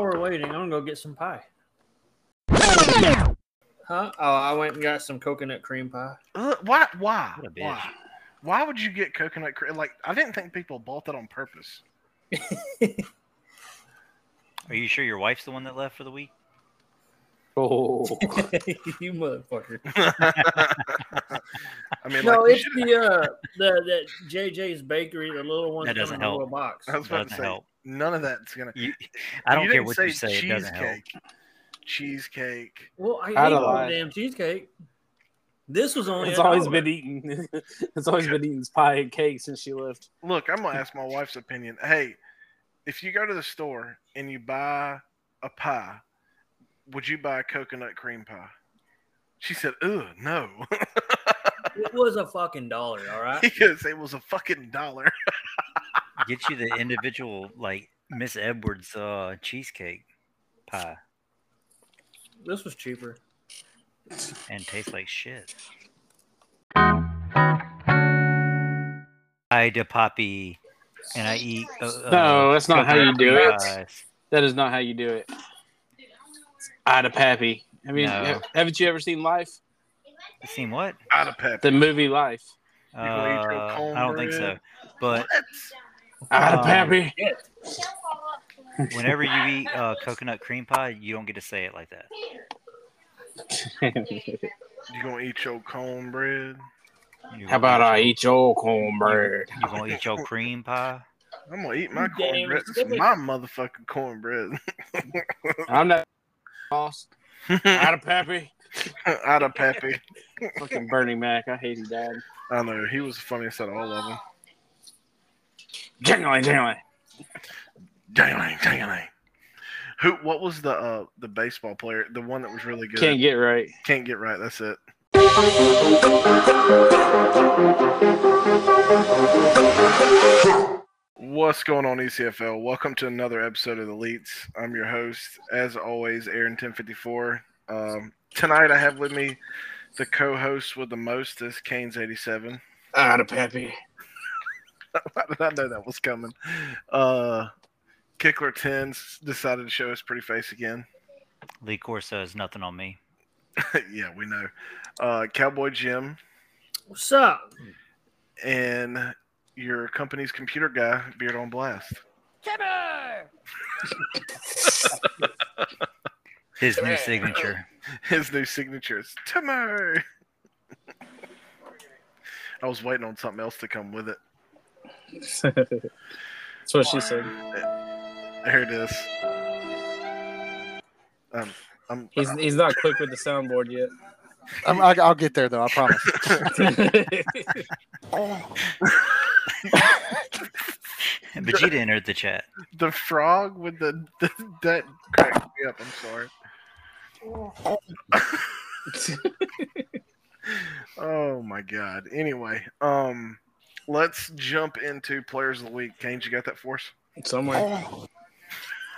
waiting. I'm gonna go get some pie. Huh? Oh, I went and got some coconut cream pie. Ugh, Uh, Why? Why? What a bitch. Why? Why would you get coconut cream? Like, I didn't think people bought that on purpose. Are you sure your wife's the one that left for the week? Oh, you motherfucker. I mean, no, like, you it's should- the uh the, the JJ's bakery, the little one That doesn't in a little help. box. I was about to Doesn't say, help. none of that's gonna. You, I don't You care didn't what you say. It doesn't help. Cheesecake. Well, I I'd ate all lie. the damn cheesecake. This was only. it's a always dollar. been eating. it's always been eating pie and cake since she left. Look, I'm gonna ask my wife's opinion. Hey, if you go to the store and you buy a pie, would you buy a coconut cream pie? She said, "Ugh, no," It was a fucking dollar. All right. because it was a fucking dollar. Get you the individual like Miss Edwards uh, cheesecake pie this was cheaper. and tastes like shit. I de poppy and I eat. Uh, No, uh, that's not how you coconut uh, do cream it. pies. That is not how you do it. Ida Pappy. Have you No. have, haven't you ever seen Life? You Seen what? Out of pep. The movie Life. Uh, gonna eat your I don't think so. cornbread? But Ida Um, Pappy. whenever you eat uh, coconut cream pie, you don't get to say it like that. You gonna eat your cornbread? You- how about I eat your cornbread? You gonna eat your cream pie? I'm gonna eat my You damn cornbread. It's silly. my motherfucking cornbread. I'm not lost. Ida Pappy. Out of peppy. Fucking Bernie Mac. I hate he died. I know he was the funniest out of all of them. Jingling, jingling. Dang, dang, dang. Who? What was the uh the baseball player? The one that was really good. Can't get right. Can't get right. That's it. What's going on, E ECFL? Welcome to another episode of the Leets. I'm your host, as always, Aaron ten fifty four. Um, tonight, I have with me the co-host with the most is Kane's eighty seven. Ida Pappy. Why did I know that was coming? Uh, Kickler 10 decided to show his pretty face again. Lee Corso is nothing on me. yeah, we know. Uh, Cowboy Jim What's up? and your company's computer guy, Beard on Blast. His new signature. His new signature is Timur. I was waiting on something else to come with it. That's what she said. There it is. Um, I'm, He's he's not quick with the soundboard yet. I'm, I, I'll get there though. I promise. Vegeta entered the chat. the frog with the, the that cracked me up. I'm sorry. Oh my god. Anyway, um let's jump into players of the week. Kane, you got that for us? Somewhere.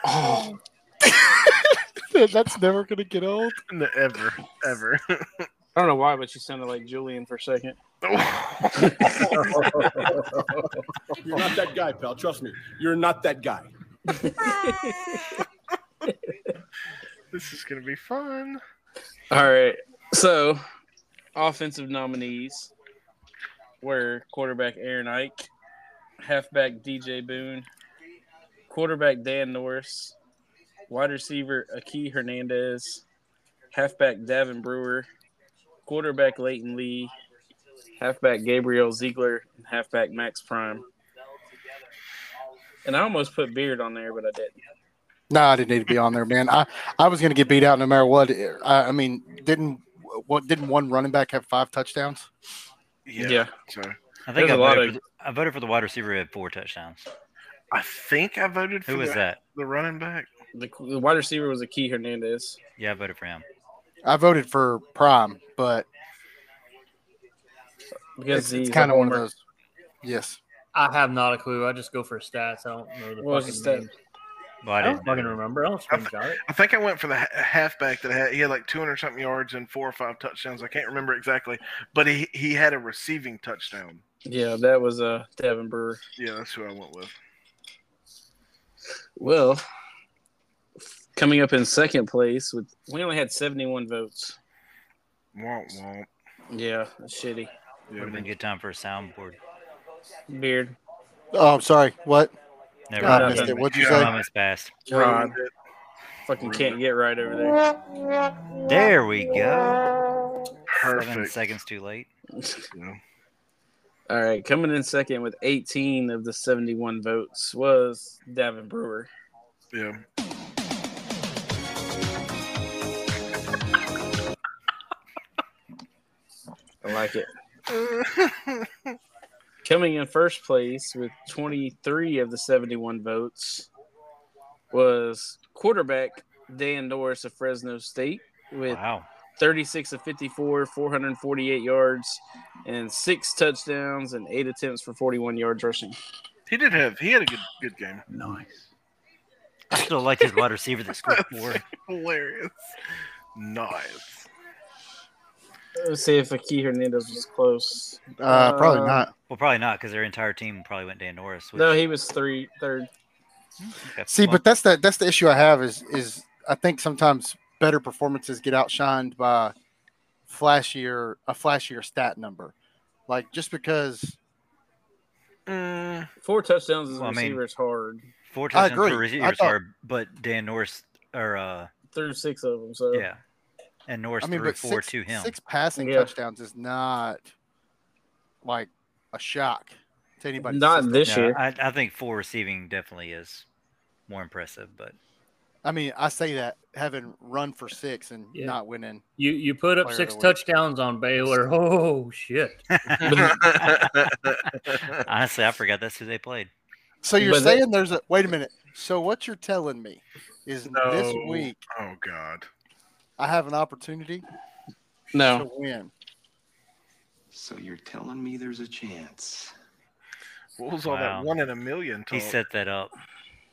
oh. That's never gonna get old. No, ever, ever. I don't know why, but she sounded like Julian for a second. You're not that guy, pal. Trust me. You're not that guy. this is gonna be fun. All right. So, offensive nominees were quarterback Aaron Ike, halfback DJ Boone, quarterback Dan Norris, wide receiver Aki Hernandez, halfback Davin Brewer, quarterback Leighton Lee, halfback Gabriel Ziegler, and halfback Max Prime. And I almost put Beard on there, but I didn't. No, I didn't need to be on there, man. I, I was gonna get beat out no matter what. I, I mean, didn't what didn't one running back have five touchdowns? Yeah. So I think There's I a lot voted, of- for the, I voted for the wide receiver who had four touchdowns. I think I voted for Who was the, that? the running back. The, the wide receiver was Aki Hernandez. Yeah, I voted for him. I voted for Prime, but Because it's, it's he's a kind of one of homer. those. Yes, I have not a clue. I just go for stats. I don't know the What was fucking the stat? name. Well, I I don't didn't. fucking know. remember. I don't screenshot it. I think I went for the ha- halfback that had he had like 200 something yards and four or five touchdowns. I can't remember exactly, but he he had a receiving touchdown. Yeah, that was uh Devin Brewer. Yeah, that's who I went with. Well, coming up in second place with we only had 71 votes. Womp womp. Yeah, that's shitty. Would have Yeah. been a good time for a soundboard. Beard. Oh, I'm sorry. What? Never God, I mind. missed it. What'd you Yeah. say? Time has passed. Ron. Fucking can't get right over there. There we go. Seven Perfect. seconds too late. Yeah. All right, coming in second with 18 of the 71 votes was Davin Brewer. Yeah. I like it. Coming in first place with 23 of the 71 votes was quarterback Dan Norris of Fresno State with Wow. 36 of 54, 448 yards, and six touchdowns and eight attempts for 41 yards rushing. He did have. He had a good good game. Nice. I still liked his wide receiver that scored four. Hilarious. Nice. Let's see if Aki Hernandez was close. Uh, probably Uh, not. Well, probably not because their entire team probably went Dan Norris. Which, No, he was three, third. okay, See, well, but that's the that's the issue I have is is I think sometimes better performances get outshined by flashier a flashier stat number. Like just because Mm, Four touchdowns as a Well, I mean- receiver is hard. four I touchdowns agree. for I receivers thought- are, but Dan Norris or uh, Threw six of them. So yeah, and Norris I mean, threw but four six, to him. six passing Yeah. touchdowns is not like a shock to anybody. not this No, year. I, I think four receiving definitely is more impressive, but I mean, I say that having run for six and Yeah. not winning. You you put up Player of six the week. touchdowns on Baylor. Oh shit! Oh, honestly, I forgot that's who they played. So you're But that- saying there's a wait a minute. So what you're telling me is this No. week oh God. I have an opportunity to No, win. So you're telling me there's a chance? What was all Wow. that one in a million talk? He set that up.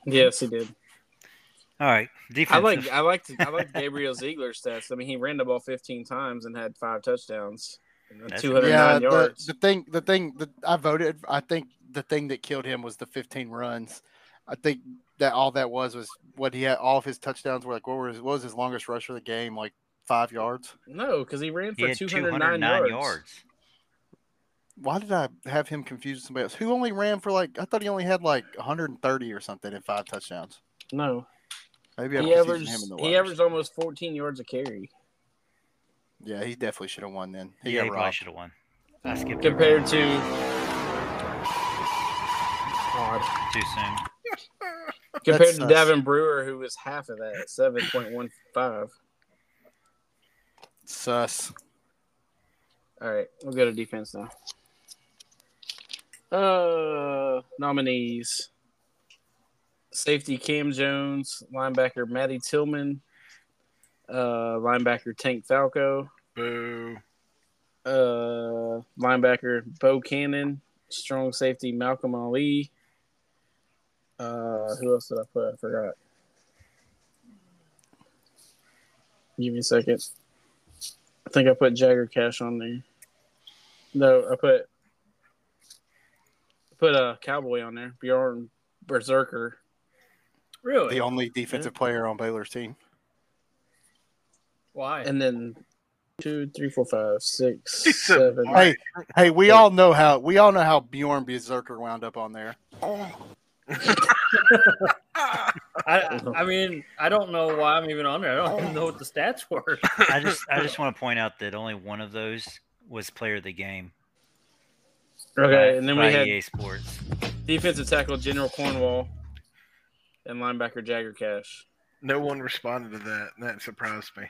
yes, he did. All right, defense. I like, I like, I like Gabriel Ziegler's stats. I mean, he ran the ball 15 times and had five touchdowns, and That's- 209 the, yards. the thing, the thing that I voted, I think the thing that killed him was the 15 runs. I think that all that was was what he had. All of his touchdowns were like, what was what was his longest rush of the game? Like five yards. no, because he ran he for had 209, 209 yards. yards. Why did I have him confused with somebody else? Who only ran for like? I thought he only had like 130 or something in five touchdowns. No, Maybe I he was averaged using him in the he wires. averaged almost 14 yards a carry Yeah, he definitely should have won then. He Yeah, he got probably robbed. should have won. I skipped it compared to. God. too soon. Compared to That's nuts. Davin Brewer, who was half of that, 7.15. Sus. All right, we'll go to defense now. Uh, nominees: safety Cam Jones, linebacker Matty Tillman, uh, linebacker Tank Falco, Boo. uh, linebacker Bo Cannon, strong safety Malcolm Ali. Uh, who else did I put? I forgot. Give me a second. I think I put Jagger Cash on there. No, I put I put a cowboy on there. Bjorn Berserker. Really? The only defensive player on Baylor's team. Why? And then two, three, four, five, six, He's a seven. All Hey, hey, we all know how we all know how Bjorn Berserker wound up on there. I, I mean, I don't know why I'm even on there. I don't even know what the stats were. I just I just want to point out that only one of those was player of the game. Okay, by- and then we by had EA Sports. Defensive tackle General Cornwall and linebacker Jagger Cash. No one responded to that. and That surprised me.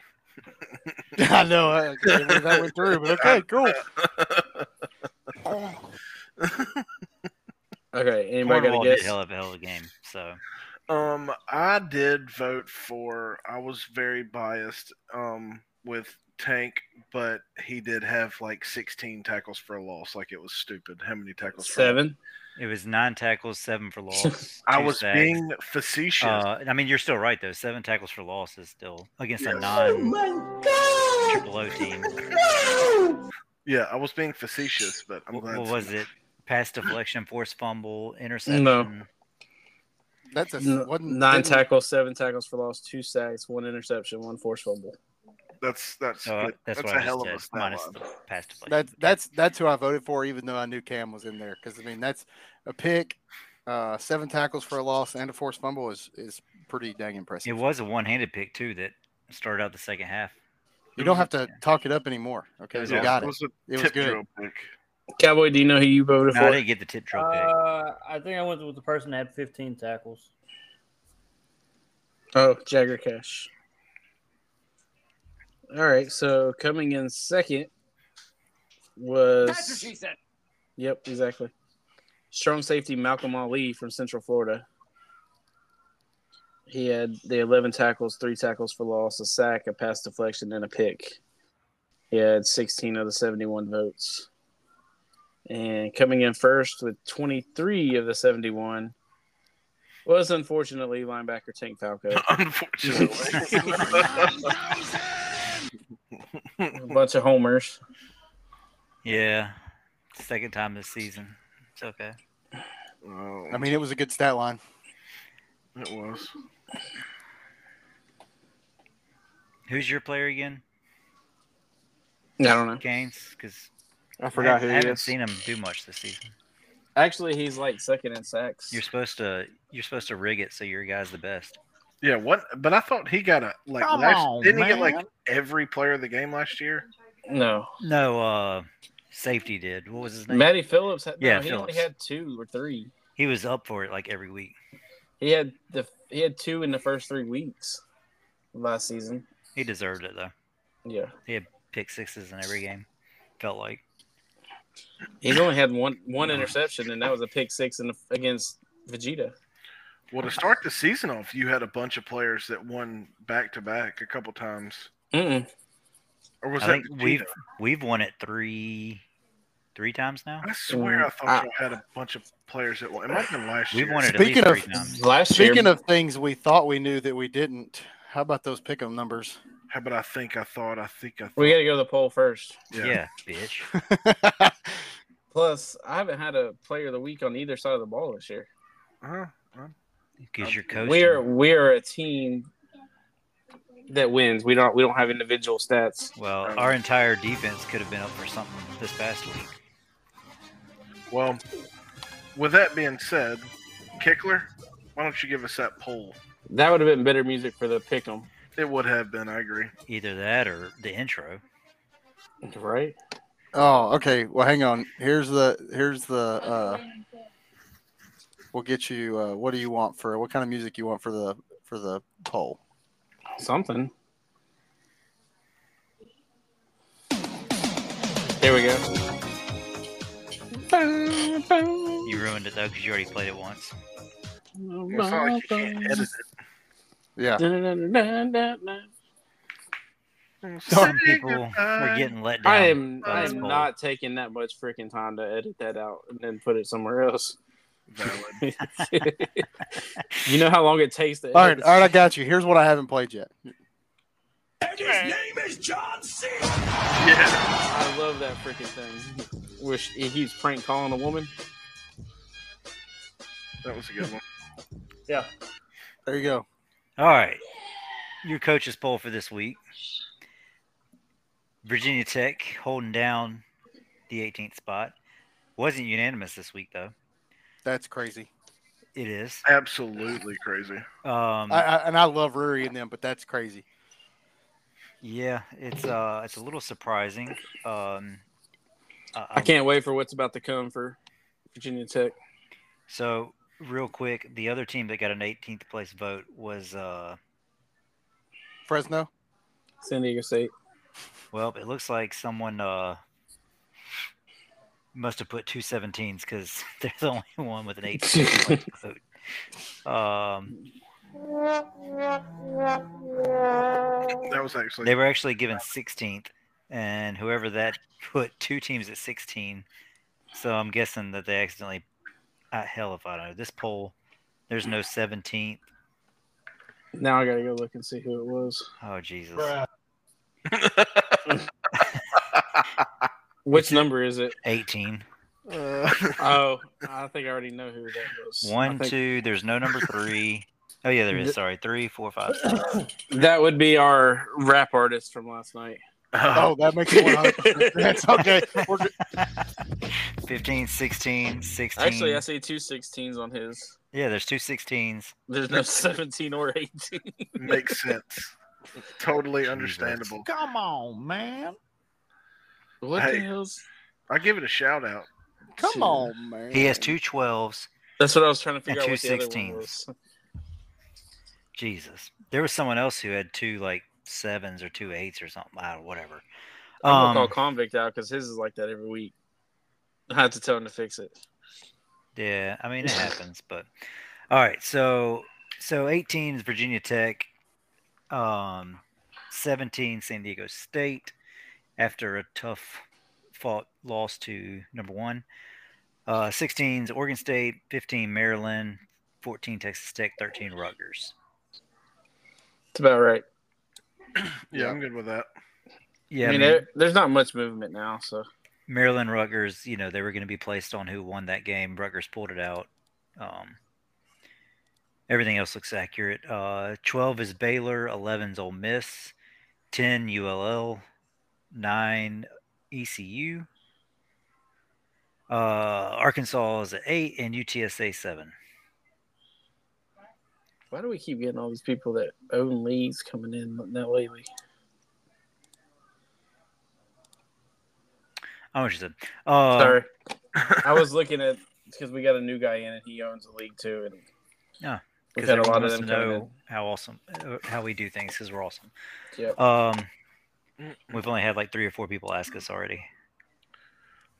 I know I can't believe that went through, but okay, cool. Okay, anybody Cornwall got a did guess? hell of a hell of a game. So Um, I did vote for. I was very biased. Um, with Tank, but he did have like 16 tackles for a loss. Like it was stupid. How many tackles? for a loss? Seven. it was nine tackles, seven for loss. I two was sacks. being facetious. Uh, I mean, you're still right though. Seven tackles for loss is still against a Yes. non triple O team. yeah, I was being facetious, but I'm What, glad. what was it? Pass deflection, forced fumble, interception. No. That's a wasn't- Nine didn't- tackles, seven tackles for loss, two sacks, one interception, one forced fumble. That's that's So uh, good. that's, that's, what a I hell of a just stat said, minus line. the pass to play. That that's that's who I voted for, even though I knew Cam was in there. Because I mean, that's a pick, uh, seven tackles for a loss and a forced fumble is is pretty dang it impressive. was a one-handed pick too that started out the second half. You don't have to talk it up anymore. Okay, Yeah, you got it it. was a It was tip good. drill pick. Cowboy, do you know who you voted No, I for? didn't get the tip drill pick. Uh, I think I went with the person that had 15 tackles. Oh, Jagger Cash. All right, so coming in second was. said. Yep, exactly. Strong safety Malcolm Ali from Central Florida. He had the 11 tackles, three tackles for loss, a sack, a pass deflection, and a pick. He had 16 of the 71 votes. And coming in first with 23 of the 71 was unfortunately linebacker Tank Falco. Unfortunately. a bunch of homers. Yeah, second time this season. It's okay. I mean, it was a good stat line. Um, it was. Who's your player again? I don't know. Gaines? Because I I, haven't seen him do much this season. Actually, he's like second in sacks. You're supposed to you're supposed to rig it so your guy's the best. Yeah, what? But I thought he got a like. Come last, on, didn't he get man. like every player of the game last year? No. No, uh safety did. What was his name? Matty Phillips, had, no, Yeah, he Phillips. only had two or three. He was up for it like every week. He had the he had two in the first three weeks of last season. He deserved it though. Yeah, Pick sixes in every game. Felt like. he's only had one one interception, and that was a pick six in the, against Vegeta. Well, to start the season off, you had a bunch of players that won back to back a couple times. Mm-mm. Or was I that think Vegeta? we've we've won it three three times now. I swear I I- thought you had a bunch of players that won. It might have been last We've year. won it Speaking at least of- three times. Last Speaking year, of things we thought we knew that we didn't, how about those pick'em numbers? How about I think I thought I think I thought. we got to go to the poll first. yeah. yeah, bitch. Plus, I haven't had a player of the week on either side of the ball this year. Huh? Because your coach We are we are a team that wins. We don't we don't have individual stats. well, our entire defense could have been up for something this past week. Well, with that being said, Kickler, why don't you give us that poll? That would have been better music for the pick 'em, It would have been. I agree. Either that or the intro. right? Oh, okay. Well, hang on. Here's the here's the. uh We'll get you. Uh, what do you want for what kind of music you want for the for the poll? Something. There we go. You ruined it though because you already played it once. It's not like you can't edit it. Yeah. Some Say people were goodbye. getting let down. I am by I this am poll. not taking that much freaking time to edit that out and then put it somewhere else. Valid. you know how long it takes to edit All right, all right. I got you. Here's what I haven't played yet. Yeah. I love that freaking thing. Wish he's prank calling a woman. That was a good one. Yeah. There you go. All right. Your coach's poll for this week. Virginia Tech holding down the 18th spot. Wasn't unanimous this week though. That's crazy. It is. Absolutely crazy. Um, I, I, and I love Ruri and them, but that's crazy. yeah, it's uh, it's a little surprising. Um, I, I can't wait for what's about to come for Virginia Tech. So real quick, the other team that got an 18th place vote was uh, Fresno. San Diego State. well, it looks like someone uh must have put two 17s because they're the only one with an 18th place vote. Um, That was actually. they were actually given 16th, and whoever that put two teams at 16. So I'm guessing that they accidentally. ah, hell if I don't know. This poll, there's no 17th. Now I gotta go look and see who it was. Oh Jesus. Which number is it? 18. Uh, Oh, I think I already know who that was. I One, think two. There's no number three. Oh yeah, there is. Th- Sorry, three, four, five, six. That would be our rap artist from last night. Uh-huh. Oh, that makes one hundred percent. Okay, we're good. 15, 16, 16. Actually, I see two 16s on his. yeah, there's two 16s. There's no 17 or 18. makes sense. Totally understandable. Come on, man. What Hey. the hell's? I give it a shout out. Come Two. on, man. He has two 12s. That's what I was trying to figure And out. two What the other 16s. one was. Jesus. There was someone else who had two like sevens or two eights or something. I don't whatever. I'm gonna Um, call convict out because his is like that every week. I have to tell him to fix it. yeah, I mean it happens, but all right. So so 18 is Virginia Tech. Um, 17 San Diego State after a tough fought loss to number one. Uh, 16 is Oregon State. 15 Maryland. 14 Texas Tech. 13 Rutgers. It's about right. Yeah, I'm good with that. Yeah, I mean, there, there's not much movement now, so Maryland Rutgers, you know, they were going to be placed on who won that game. Rutgers pulled it out. Um, everything else looks accurate. Uh, 12 is Baylor, 11 is Ole Miss, 10 ULL, 9 ECU. E Uh, Arkansas is at 8 and UTSA 7. why do we keep getting all these people that own leagues coming in now lately? I'm interested. Uh, Sorry, I was looking at because we got a new guy in and he owns a league too, and Yeah, we've because had a everyone lot of wants them to coming know in. how awesome, uh, how we do things because we're awesome. Yep. Um, we've only had like three or four people ask us already.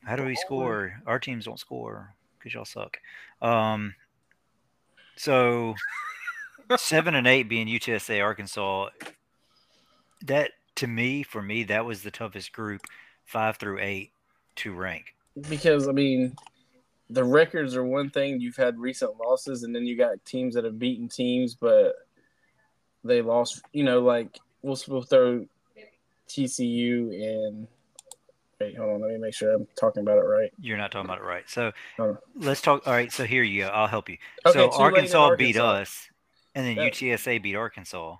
How do we score? Our teams don't score because y'all suck. Um, so seven and eight being UTSA Arkansas. That to me, for me, that was the toughest group, five through eight, to rank. because I mean, the records are one thing. You've had recent losses, and then you got teams that have beaten teams, but they lost. You know, like we'll, we'll throw TCU and wait, hold on, let me make sure I'm talking about it right. You're not talking about it right. So Hold on. let's talk. All right. So here you go. I'll help you. Okay, so Tulane and Arkansas, beat Arkansas. us, and then Yeah. UTSA beat Arkansas.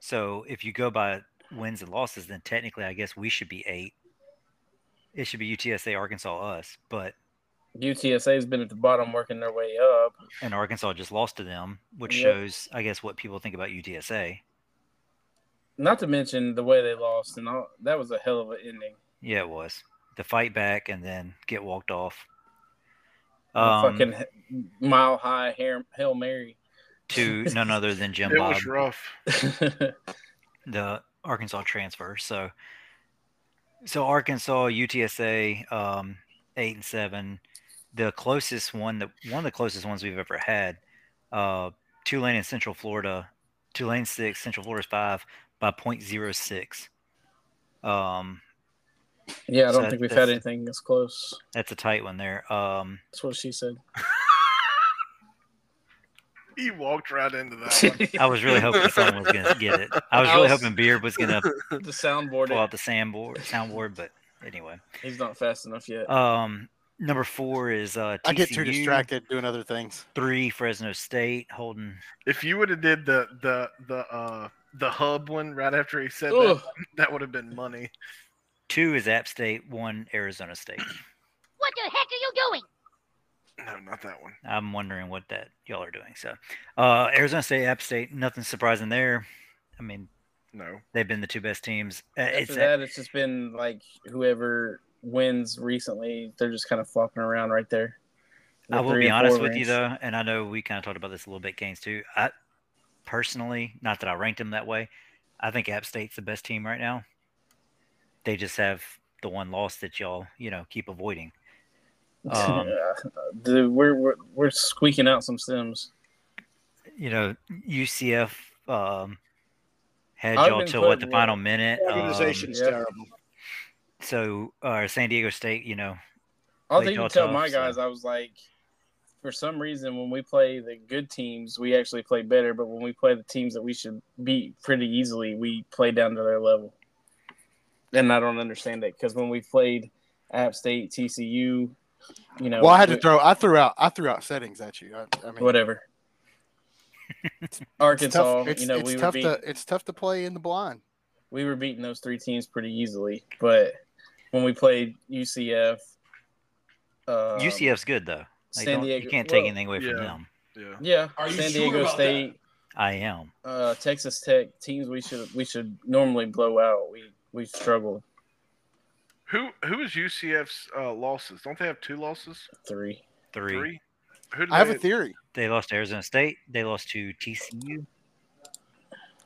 So if you go by wins and losses, then technically, I guess we should be eight. It should be UTSA, Arkansas, us, but UTSA has been at the bottom, working their way up. and Arkansas just lost to them, which Yep. shows, I guess, what people think about UTSA. Not to mention the way they lost, and all that was a hell of an ending. Yeah, it was the fight back and then get walked off. Um, Fucking mile high hair, hail mary. to none other than Jim it Bob. was rough. the Arkansas transfer. So, so Arkansas, UTSA, um, eight and seven, the closest one that one of the closest ones we've ever had. Uh, Tulane and Central Florida, Tulane six, Central Florida's five by point zero six. Um, yeah, I don't So think we've that's- had anything this close. that's a tight one there. Um, That's what she said. He walked right into that one. I was really hoping someone was gonna get it. I was I really was- hoping Beard was gonna the soundboard. pull out the soundboard, soundboard, but anyway. He's not fast enough yet. Um, number four is uh, TCU, I get too distracted doing other things. Three Fresno State holding If you would have did the the the uh the hub one right after he Uh, said Ugh. that, that would have been money. Two is App State, one Arizona State. What the heck are you doing? No, not that one. I'm wondering what that y'all are doing. So, uh, Arizona State, App State, nothing surprising there. I mean, No. they've been the two best teams. Uh, After It's that, it's just been like whoever wins recently, they're just kind of flopping around right there. The I will three be and honest four with you ranks. though, and I know we kind of talked about this a little bit, Gaines too. I personally, not that I ranked them that way, I think App State's the best team right now. They just have the one loss that y'all, you know, keep avoiding. Um, Yeah. Dude, we're, we're we're squeaking out some sims. you know, UCF um, had I've y'all been till what putting the in final minute. Um, Organization's Um, yeah. terrible. so uh, San Diego State, you know, I was Played even y'all tell tough, my so- guys, I was like, for some reason, when we play the good teams, we actually play better. But when we play the teams that we should beat pretty easily, we play down to their level. And I don't understand it because when we played App State, TCU, You know, Well, I had to we- throw. I threw out. I threw out settings at you. I, I mean, whatever. It's Arkansas, tough. It's, you know, it's we were tough beat, to. It's tough to play in the blind. we were beating those three teams pretty easily, but when we played UCF, uh, UCF's good though. Like, San don't- Diego. you can't take well, anything away from yeah. them. Yeah. Yeah, Are you San sure Diego about State, I am. uh, Texas Tech teams we should we should normally blow out. We we struggled Who who is UCF's uh, losses? Don't they have two losses? three. Three. Three. Who do I have they, a theory. They lost to Arizona State. They lost to TCU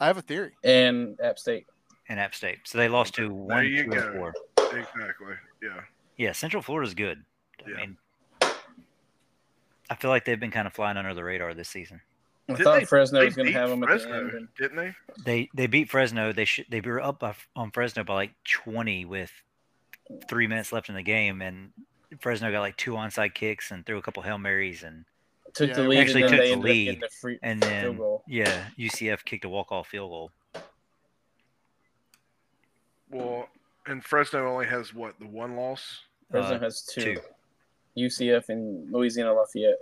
I have a theory. And App State. and App State. So they lost to one, you two, and go. four. exactly. Yeah. Yeah, Central Florida's good. I Yeah. mean, I feel like they've been kind of flying under the radar this season. I Didn't thought they- Fresno they was going to beat have them at Fresno, the end. and- didn't they? They they beat Fresno. They should they were up by, on Fresno by like twenty with three minutes left in the game, and Fresno got like two onside kicks and threw a couple hail marys, and took Yeah, the we lead, actually and took the then they ended lead, up getting the free. and Field then uh, goal. yeah, UCF kicked a walk off field goal. Well, and Fresno only has what the one loss. Fresno Uh, has two. two. UCF and Louisiana Lafayette.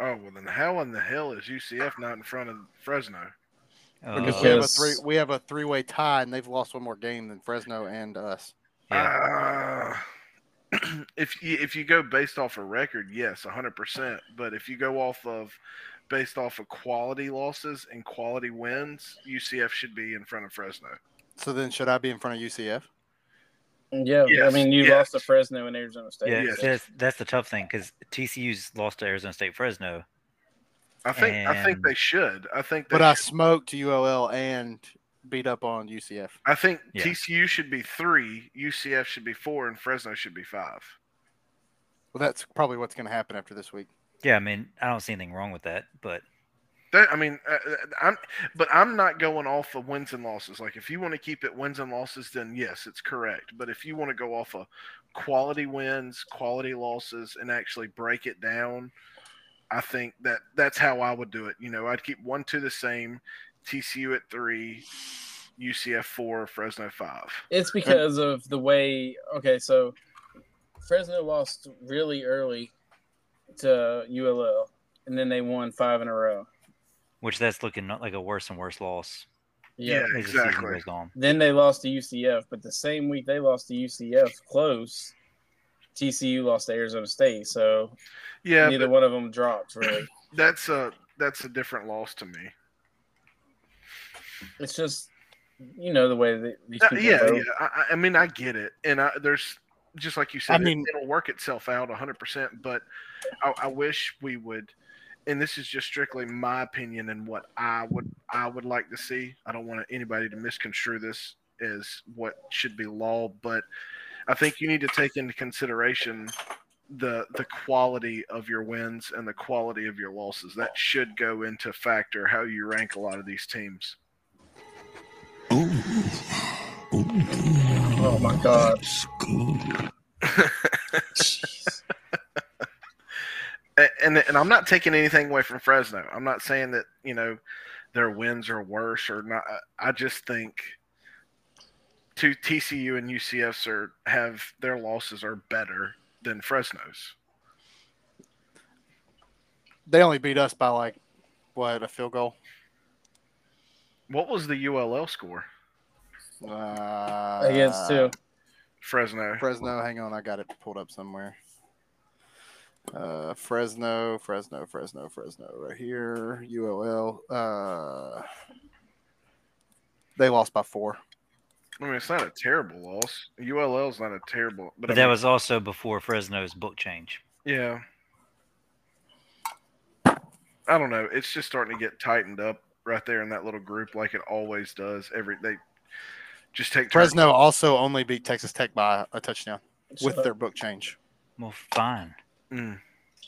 Oh well, then how in the hell is UCF not in front of Fresno? Uh, Because we have a Because- three. We have a three-way tie, and they've lost one more game than Fresno and us. yeah, Uh, if you, if you go based off a record, yes, hundred percent. But if you go off of based off of quality losses and quality wins, UCF should be in front of Fresno. So then, should I be in front of UCF? Yeah, I Yes, mean you yes. lost to Fresno and Arizona State. yeah, Yes. that's, that's the tough thing because TCU's lost to Arizona State Fresno. I think I think And- they should. I think they But I should. smoked ULL and beat up on UCF. I think Yeah. TCU should be three, UCF should be four, and Fresno should be five. Well, that's probably what's going to happen after this week. Yeah, I mean, I don't see anything wrong with that, but That, I mean, uh, uh, I'm, but I'm not going off of wins and losses. Like, if you want to keep it wins and losses, then yes, it's correct. But if you want to go off of quality wins, quality losses, and actually break it down, I think that that's how I would do it. You know, I'd keep one two the same, TCU at three, UCF four, Fresno five. It's because of the way. Okay, so Fresno lost really early to ULL, and then they won five in a row. which that's looking not like a worse and worse loss Yeah. Yeah. as the season Exactly. goes on. Then they lost to UCF, but the same week they lost to UCF, close. TCU lost to Arizona State, so Yeah, neither one of them dropped. Really, but that's a that's a different loss to me. it's just you know the way that these Uh, people yeah, vote. yeah. I, I- I mean, I get it, and I, there's just like you said, I it- mean- it'll work itself out 100. percent But I, I wish we would, and this is just strictly my opinion and what I would I would like to see. I don't want anybody to misconstrue this as what should be law, but I think you need to take into consideration the the quality of your wins and the quality of your losses. That should go into factor how you rank a lot of these teams. Oh my god. A- and and I'm not taking anything away from Fresno. I'm not saying that you know their wins are worse or not. I- I just think two TCU and UCFs are have their losses are better than Fresno's. They only beat us by like what a field goal. What was the ULL score? Uh, Against two. Fresno. Fresno. Hang on, I got it pulled up somewhere. Uh, Fresno, Fresno, Fresno, Fresno, right here. ULL. Uh, they lost by four. I mean, it's not a terrible loss. ULL's not a terrible, but, But I that mean, was also before Fresno's book change. yeah. I don't know. It's just starting to get tightened up right there in that little group, like it always does. Every they just take turns Fresno also only beat Texas Tech by a touchdown with Shut up. their book change. Well, fine. Mm.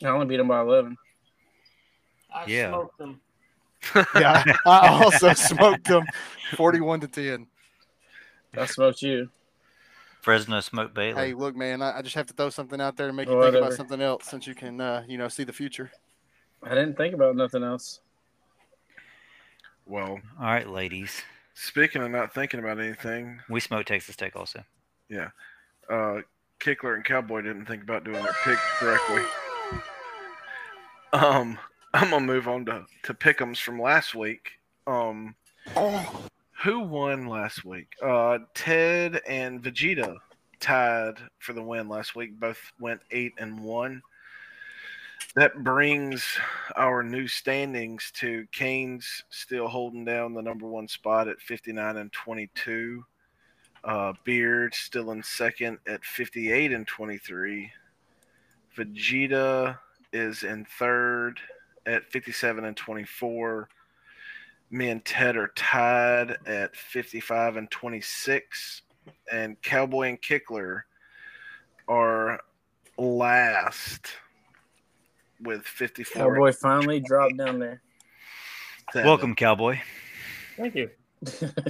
I only beat them by eleven. I Yeah. smoked them. Yeah, I, I also smoked them, forty-one to ten. I smoked you. Fresno smoked Baylor. Hey, look, man, I, I just have to throw something out there to make you think Whatever. about something else, since you can, uh, you know, see the future. I didn't think about nothing else. Well, All right, ladies. Speaking of not thinking about anything, We smoked Texas Tech also. uh, Kickler and Cowboy didn't think about doing their pick correctly. Um, I'm gonna move on to to pickums from last week. Um, who won last week? Uh, Ted and Vegeta tied for the win last week. Both went eight and one. That brings our new standings to Kane's still holding down the number one spot at 59 and 22. Uh, Beard still in second at 58 and 23. Vegeta is in third at 57 and 24. Me and Ted are tied at 55 and 26. And Cowboy and Kickler are last with 54. Cowboy finally dropped down there. Welcome, cowboy. Thank you.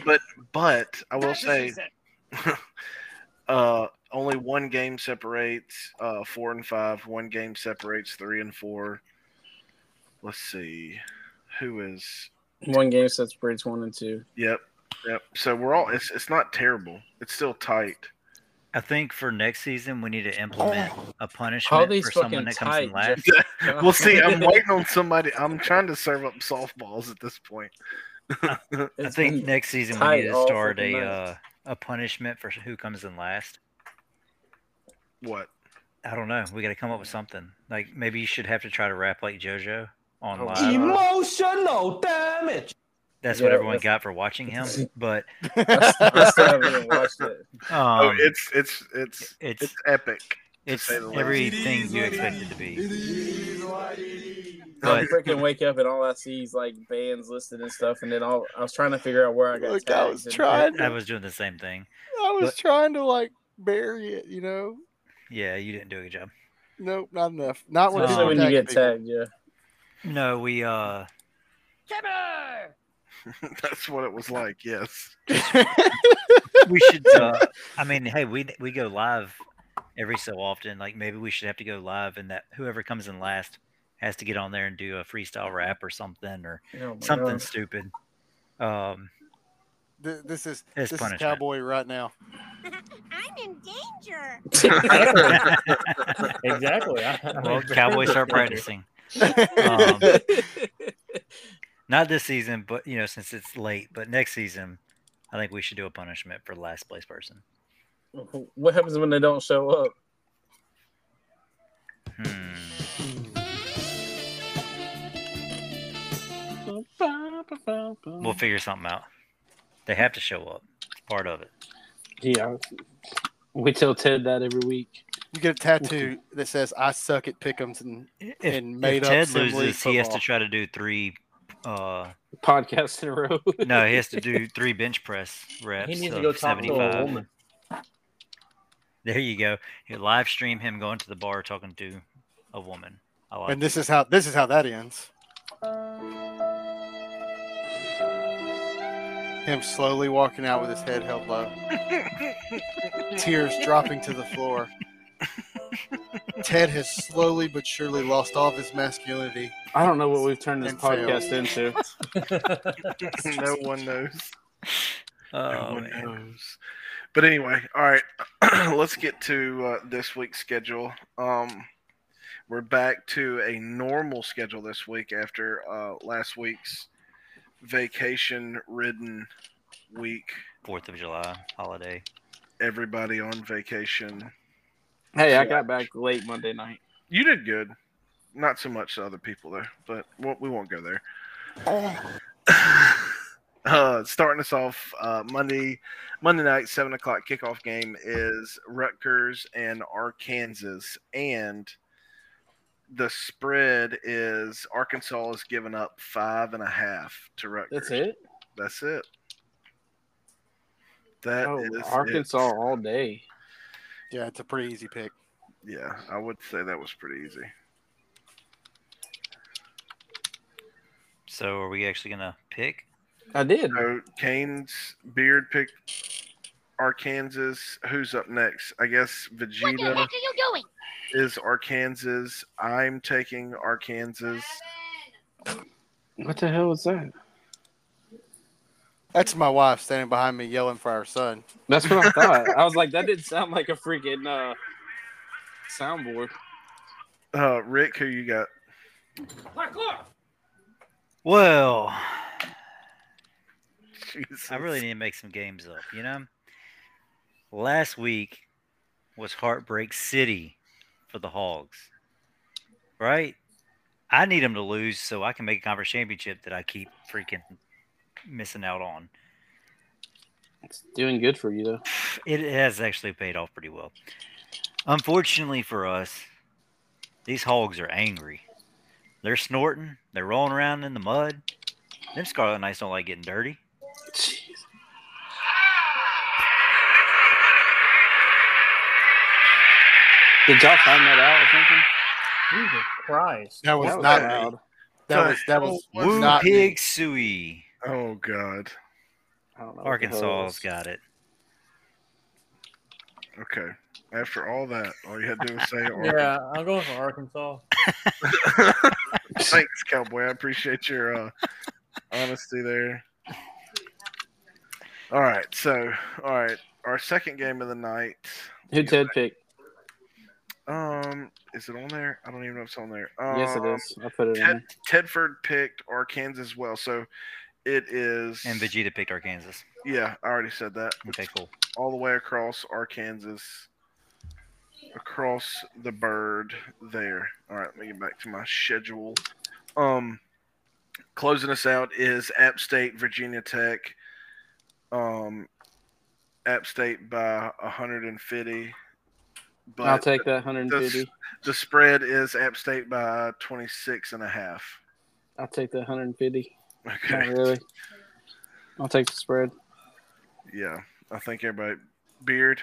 But, but I will say, uh, only one game separates uh, four and five. One game separates three and four. Let's see, who is? One game sets breeds one and two. Yep, yep. So we're all. It's it's not terrible. It's still tight. I think for next season we need to implement a All punishment these for someone fucking that comes tight. in last. Jeff. We'll see. I'm waiting on somebody. I'm trying to serve up softballs at this point. I It's think been- next season we tight need to all start fucking a night. uh, a punishment for who comes in last. What? I don't know. We got to come up with something. Like maybe you should have to try to rap like JoJo on live. Emotional damage. That's Oh, Yeah, what everyone that's- got for watching him. But I still haven't even watched it. um, oh, it's it's it's it's it's epic. it's say the least. everything you expect it to be. I But freaking wake up and all I see is like bands listed and stuff, and then all I was trying to figure out where I got. Look, I tagged was and- trying. I was doing the same thing. I was But- trying to like bury it, you know. Yeah, you didn't do a good job. Nope, not enough. Not when, Especially people when you tag get people. tagged, yeah. No, we uh That's what it was like. Yes. we should. Uh, I mean, hey, we we go live every so often. Like maybe we should have to go live, and that whoever comes in last has to get on there and do a freestyle rap or something or Oh my something God. stupid. Um, Th- This is It's this is punishment. cowboy right now. I'm in danger. Exactly. I- well, Cowboys start practicing. Um, not this season, but you know, since it's late, but next season, I think we should do a punishment for last place person. what happens when they don't show up? Hmm. We'll figure something out. They have to show up. It's part of it. Yeah. We tell Ted that every week. You get a tattoo that says "I suck at pickums," and If, And made if up Ted Sim League loses, he has to football. try to do three. Uh, Podcast in a row. no, he has to do three bench press reps. He needs to of go talk to a 75. woman. There you go. You live stream him going to the bar talking to a woman. I like and this is how this is how that ends. Him slowly walking out with his head held low, tears dropping to the floor. Ted has slowly but surely lost all of his masculinity. I don't know what we've turned this And fail. podcast into. no one knows. it. no Oh, one man. knows. But anyway, all right. let's get to uh, this week's schedule. Um, we're back to a normal schedule this week after uh, last week's vacation-ridden week. Fourth of July holiday. Everybody on vacation. Hey, I got back late Monday night. You did good. Not so much to other people though, but we- we won't go there. uh, starting us off uh, Monday, Monday night, seven o'clock kickoff game is Rutgers and Arkansas, and the spread is Arkansas is giving up five and a half to Rutgers. That's it. That's it. That Oh, is it. Arkansas all day. Yeah, it's a pretty easy pick. Yeah, I would say that was pretty easy. So are we actually gonna pick? I did. So Kane's beard picked Arkansas. Who's up next? I guess What the Vegeta heck are you doing? is Arkansas. I'm taking Arkansas. What the hell is that? That's my wife standing behind me yelling for our son. That's what I thought. I was like, that didn't sound like a freaking uh, soundboard. Uh, Rick, who you got? Well, Jesus. I really need to make some games up, you know? Last week was Heartbreak City for the Hogs, right? I need them to lose so I can make a conference championship that I keep freaking missing out on. It's doing good for you though. It has actually paid off pretty well. Unfortunately for us, these hogs are angry. They're snorting, they're rolling around in the mud. Them Scarlet Knights don't like getting dirty. Did y'all find that out or something? Jesus Christ. That was That was not loud. me. That was that was What's Woo not me. Pig Suey. Oh God. I don't know. what the hell it Arkansas's is. got it. Okay. After all that, all you had to do was say, Yeah, I'm going for Arkansas. "Thanks, cowboy. I appreciate your uh, honesty there." All right. So, all right. Our second game of the night. Who Ted picked? Um, is it on there? I don't even know if it's on there. Um, yes, it is. I put it in. Ted, there. Tedford picked Arkansas as well, so it is. And Vegeta picked Arkansas. Yeah, I already said that. Okay, cool. all the way across Arkansas, across the bird there. All right, let me get back to my schedule. Um, closing us out is App State, Virginia Tech. Um, App State by 150. But I'll take that 150. the spread is App State by 26 and a half. I'll take that 150. Not Okay. really. I'll take the spread. Yeah. I think everybody. Beard.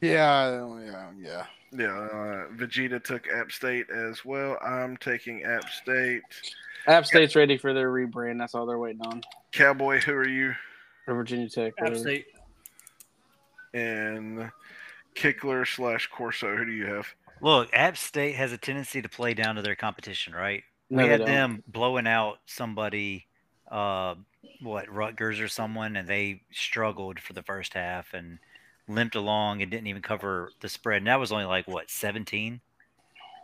Yeah, yeah, yeah. Yeah. Uh, Vegeta took App State as well. I'm taking App State. App State's ready for their rebrand. That's all they're waiting on. Cowboy, who are you? Or Virginia Tech. App whatever. State. And Kickler slash Corso, who do you have? Look, App State has a tendency to play down to their competition, right? No, we they had don't. them blowing out somebody, uh, what Rutgers or someone, and they struggled for the first half and limped along and didn't even cover the spread. And that was only like what seventeen.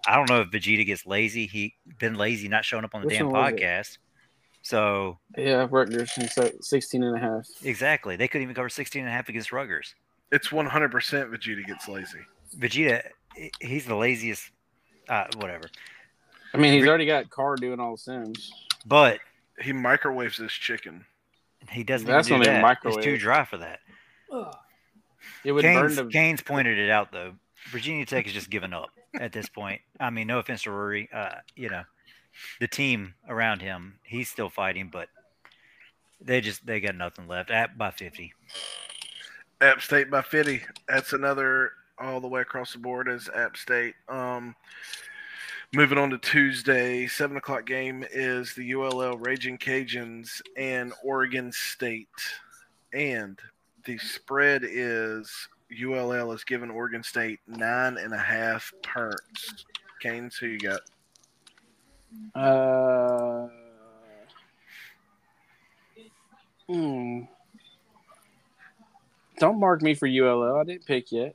I don't know if Vegeta gets lazy. He been lazy, not showing up on the Which damn one was it? podcast. So Yeah, Rutgers and so 16 and a half. exactly, they couldn't even cover 16 and a half against Rutgers. It's 100% Vegeta gets lazy. Vegeta, he- he's the laziest. Uh, whatever. I mean, he's already got Carr doing all the sims. But He microwaves his chicken. He doesn't. That's even do not even that. It's too microwave. dry for that. It would burn Keynes, the Keynes pointed it out though. Virginia Tech has just given up at this point. I mean, no offense to Rory, uh, you know, the team around him, he's still fighting, but they just they got nothing left. At by fifty, App State by 50. That's another all the way across the board is App State. Um, moving on to Tuesday, 7 o'clock game is the ULL Raging Cajuns and Oregon State. And the spread is ULL is giving Oregon State nine and a half perks. Canes, who you got? Uh, hmm. Don't mark me for ULL. I didn't pick yet.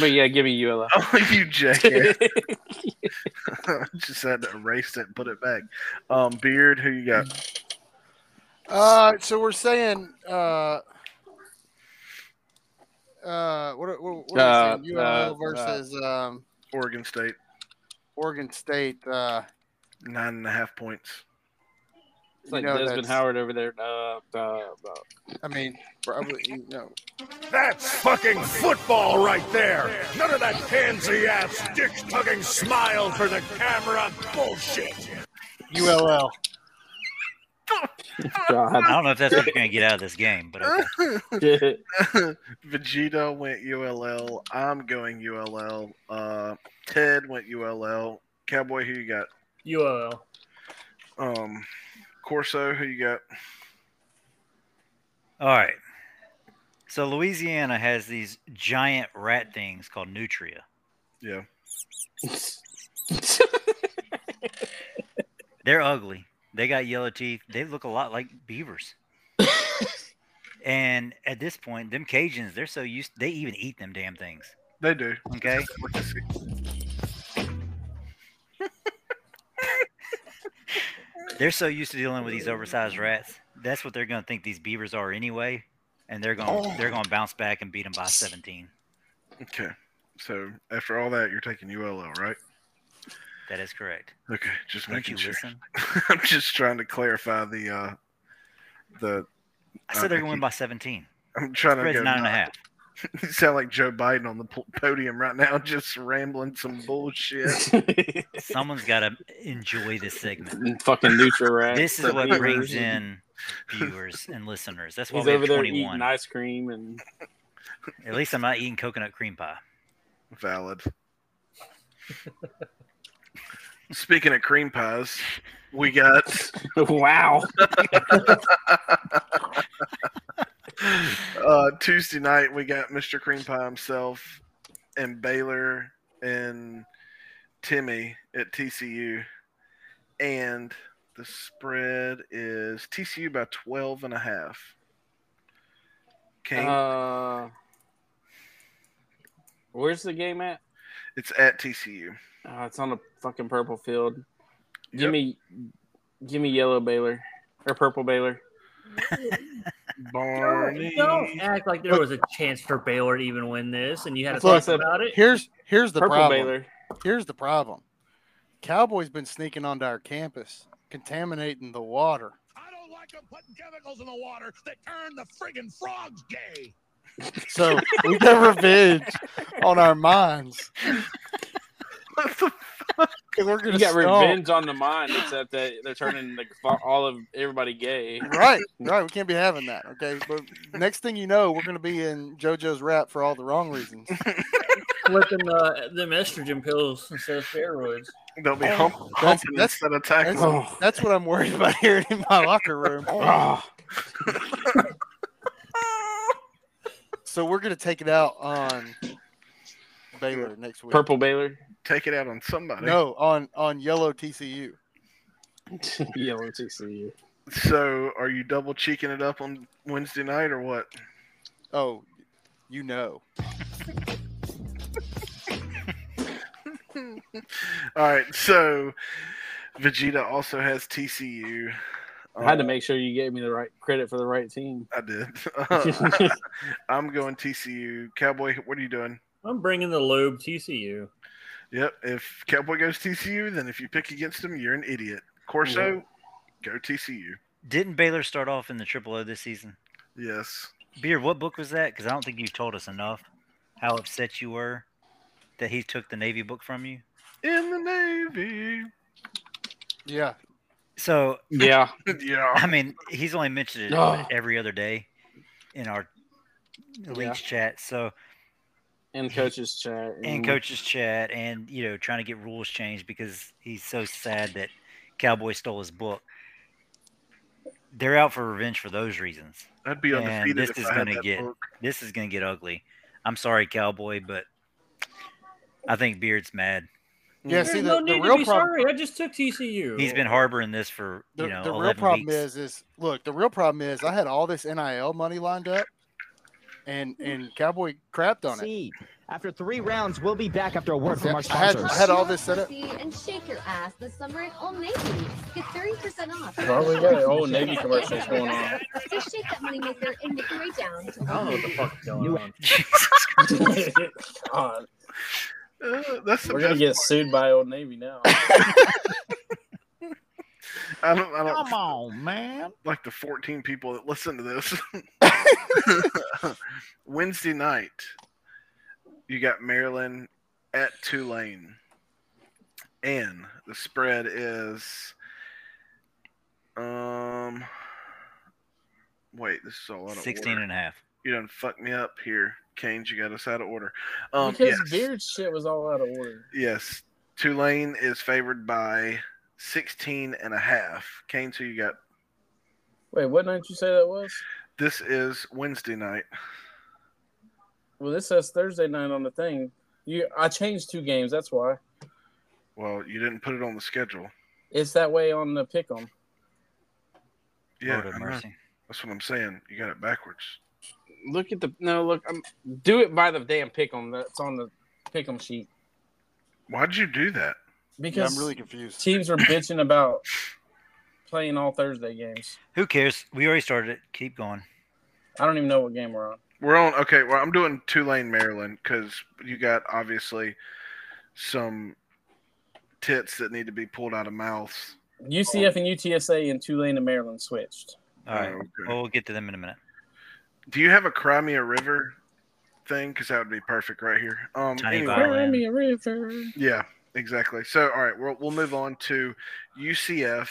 but yeah, give me ULL. Oh, you jackass. Just had to erase it, put it back. Um, Beard, who you got? Uh, so we're saying, uh, uh, what are, what, what Uh, are we saying? ULL uh, versus um, Oregon State, Oregon State. Uh, nine and a half points. It's like you know, Desmond that's- Howard over there. Uh, uh, uh, I mean, probably, you know, That's fucking football right there. None of that pansy ass, dick tugging smile for the camera bullshit. ULL. I God. don't know if that's what you're gonna get out of this game, but okay. Vegeta went ULL. I'm going ULL. Uh, Ted went ULL. Cowboy, who you got? ULL. Um, Corso, who you got? all right. So Louisiana has these giant rat things called nutria. Yeah. They're ugly. They got yellow teeth. They look a lot like beavers. And at this point, them Cajuns, they're so used they even eat them damn things. They do. Okay. they're so used to dealing with these oversized rats. That's what they're going to think these beavers are anyway, and they're going to they're going to bounce back and beat them by 17. Okay. So after all that, you're taking ULO, right? That is correct. Okay, just Don't making you sure. listen? I'm just trying to clarify the uh the. I said they're going to win keep- by 17. I'm trying to Spread's go nine and a nine. half. You sound like Joe Biden on the po- podium right now, just rambling some bullshit. Someone's got to enjoy this segment. Fucking Nutra Rat. This is for what beavers. brings in viewers and listeners. That's why He's we have over there 21. eating ice cream and At least I'm not eating coconut cream pie. Valid. Speaking of cream pies, we got wow. uh, Tuesday night. We got Mr. Cream Pie himself and Baylor and Timmy at TCU, and the spread is TCU by 12 and a half. Kane, Uh, where's the game at? it's at TCU. Oh, it's on the fucking purple field. Give me, give me yellow Baylor or purple Baylor. Barney. Don't, don't act like there was a chance for Baylor to even win this, and you had to That's what I talk said. about it. Here's here's the purple problem. Baylor. Here's the problem. Cowboys been sneaking onto our campus, contaminating the water. I don't like them putting chemicals in the water that turn the friggin' frogs gay. So we get revenge on our minds What the because we're gonna You got stomp. revenge on the mind, except that they're turning the, all of everybody gay. Right, right. We can't be having that. Okay, but next thing you know, we're gonna be in JoJo's rap for all the wrong reasons. Flipping uh, them estrogen pills instead of steroids. They'll be hump, That's- humping that's- instead of tackling. Oh, That's what I'm worried about hearing in my locker room. oh. So we're gonna take it out on Baylor next week. purple Baylor. Take it out on somebody. No, on on yellow TCU. yellow TCU. So, are you double cheeking it up on Wednesday night or what? Oh, you know. All right. So, Vegeta also has TCU. I had to make sure you gave me the right credit for the right team. Uh, I did. I'm going TCU. Cowboy, what are you doing? I'm bringing the lube TCU. Yep. If Cowboy goes TCU, then if you pick against him, you're an idiot. Corso, go TCU. Didn't Baylor start off in the Triple O this season? Yes. Beer, what book was that? Because I don't think you told us enough how upset you were that he took the Navy book from you. In the Navy. Yeah. So Yeah, yeah. I mean, he's only mentioned it Ugh. every other day in our leagues chat. So and coaches chat and coaches chat, and you know, trying to get rules changed because he's so sad that Cowboy stole his book. They're out for revenge for those reasons. I'd be Man, undefeated this if is I had gonna that get- book. This is gonna get ugly. I'm sorry, Cowboy, but I think Beard's mad. Yeah, There's see the, no the need to real be problem sorry. I just took TCU. He's been harboring this for the, you know the real 11 problem weeks. is is look, the real problem is I had all this NIL money lined up and and Cowboy crapped on it. See, after three rounds, we'll be back after a word from our I had sponsors. I had all this set up. And shake your ass this summer at Old Navy. Get 30% off. Bro, we got Old Navy commercials going on. Just shake that moneymaker and make your way down to I don't know what the fuck's going You- on. God, Uh, that's the We're gonna best get part. sued by Old Navy now. I don't. I don't on, man. like the 14 people that listen to this. Wednesday night, you got Maryland at Tulane. And the spread is um wait, this is all out of 16 order. and a half. You done fucked me up here. Canes, you got us out of order. Um because yes, beard shit was all out of order. yes. Tulane is favored by 16 and a half. Canes, who you got? Wait, what night you say that was? This is Wednesday night. Well, this says Thursday night on the thing. You, I changed two games. That's why Well, you didn't put it on the schedule. it's that way on the pick 'em. Yeah, Lord have I know. mercy. That's what I'm saying. You got it backwards. Look at the no. Look, um, do it by the damn pick'em that's on the pick'em sheet. Why'd you do that? Because I'm really confused. Teams are bitching about playing all Thursday games. Who cares? We already started it. Keep going. I don't even know what game we're on. We're on okay. Well, I'm doing Tulane, Maryland, because you got obviously some tits that need to be pulled out of mouths. UCF and UTSA and Tulane and Maryland switched. All Oh, right. Well, we'll get to them in a minute. Do you have a Crimea River thing? Because that would be perfect right here. Um, Tiny anyway. violin. Crimea River. Yeah, exactly. So, all right, we'll, we'll move on to UCF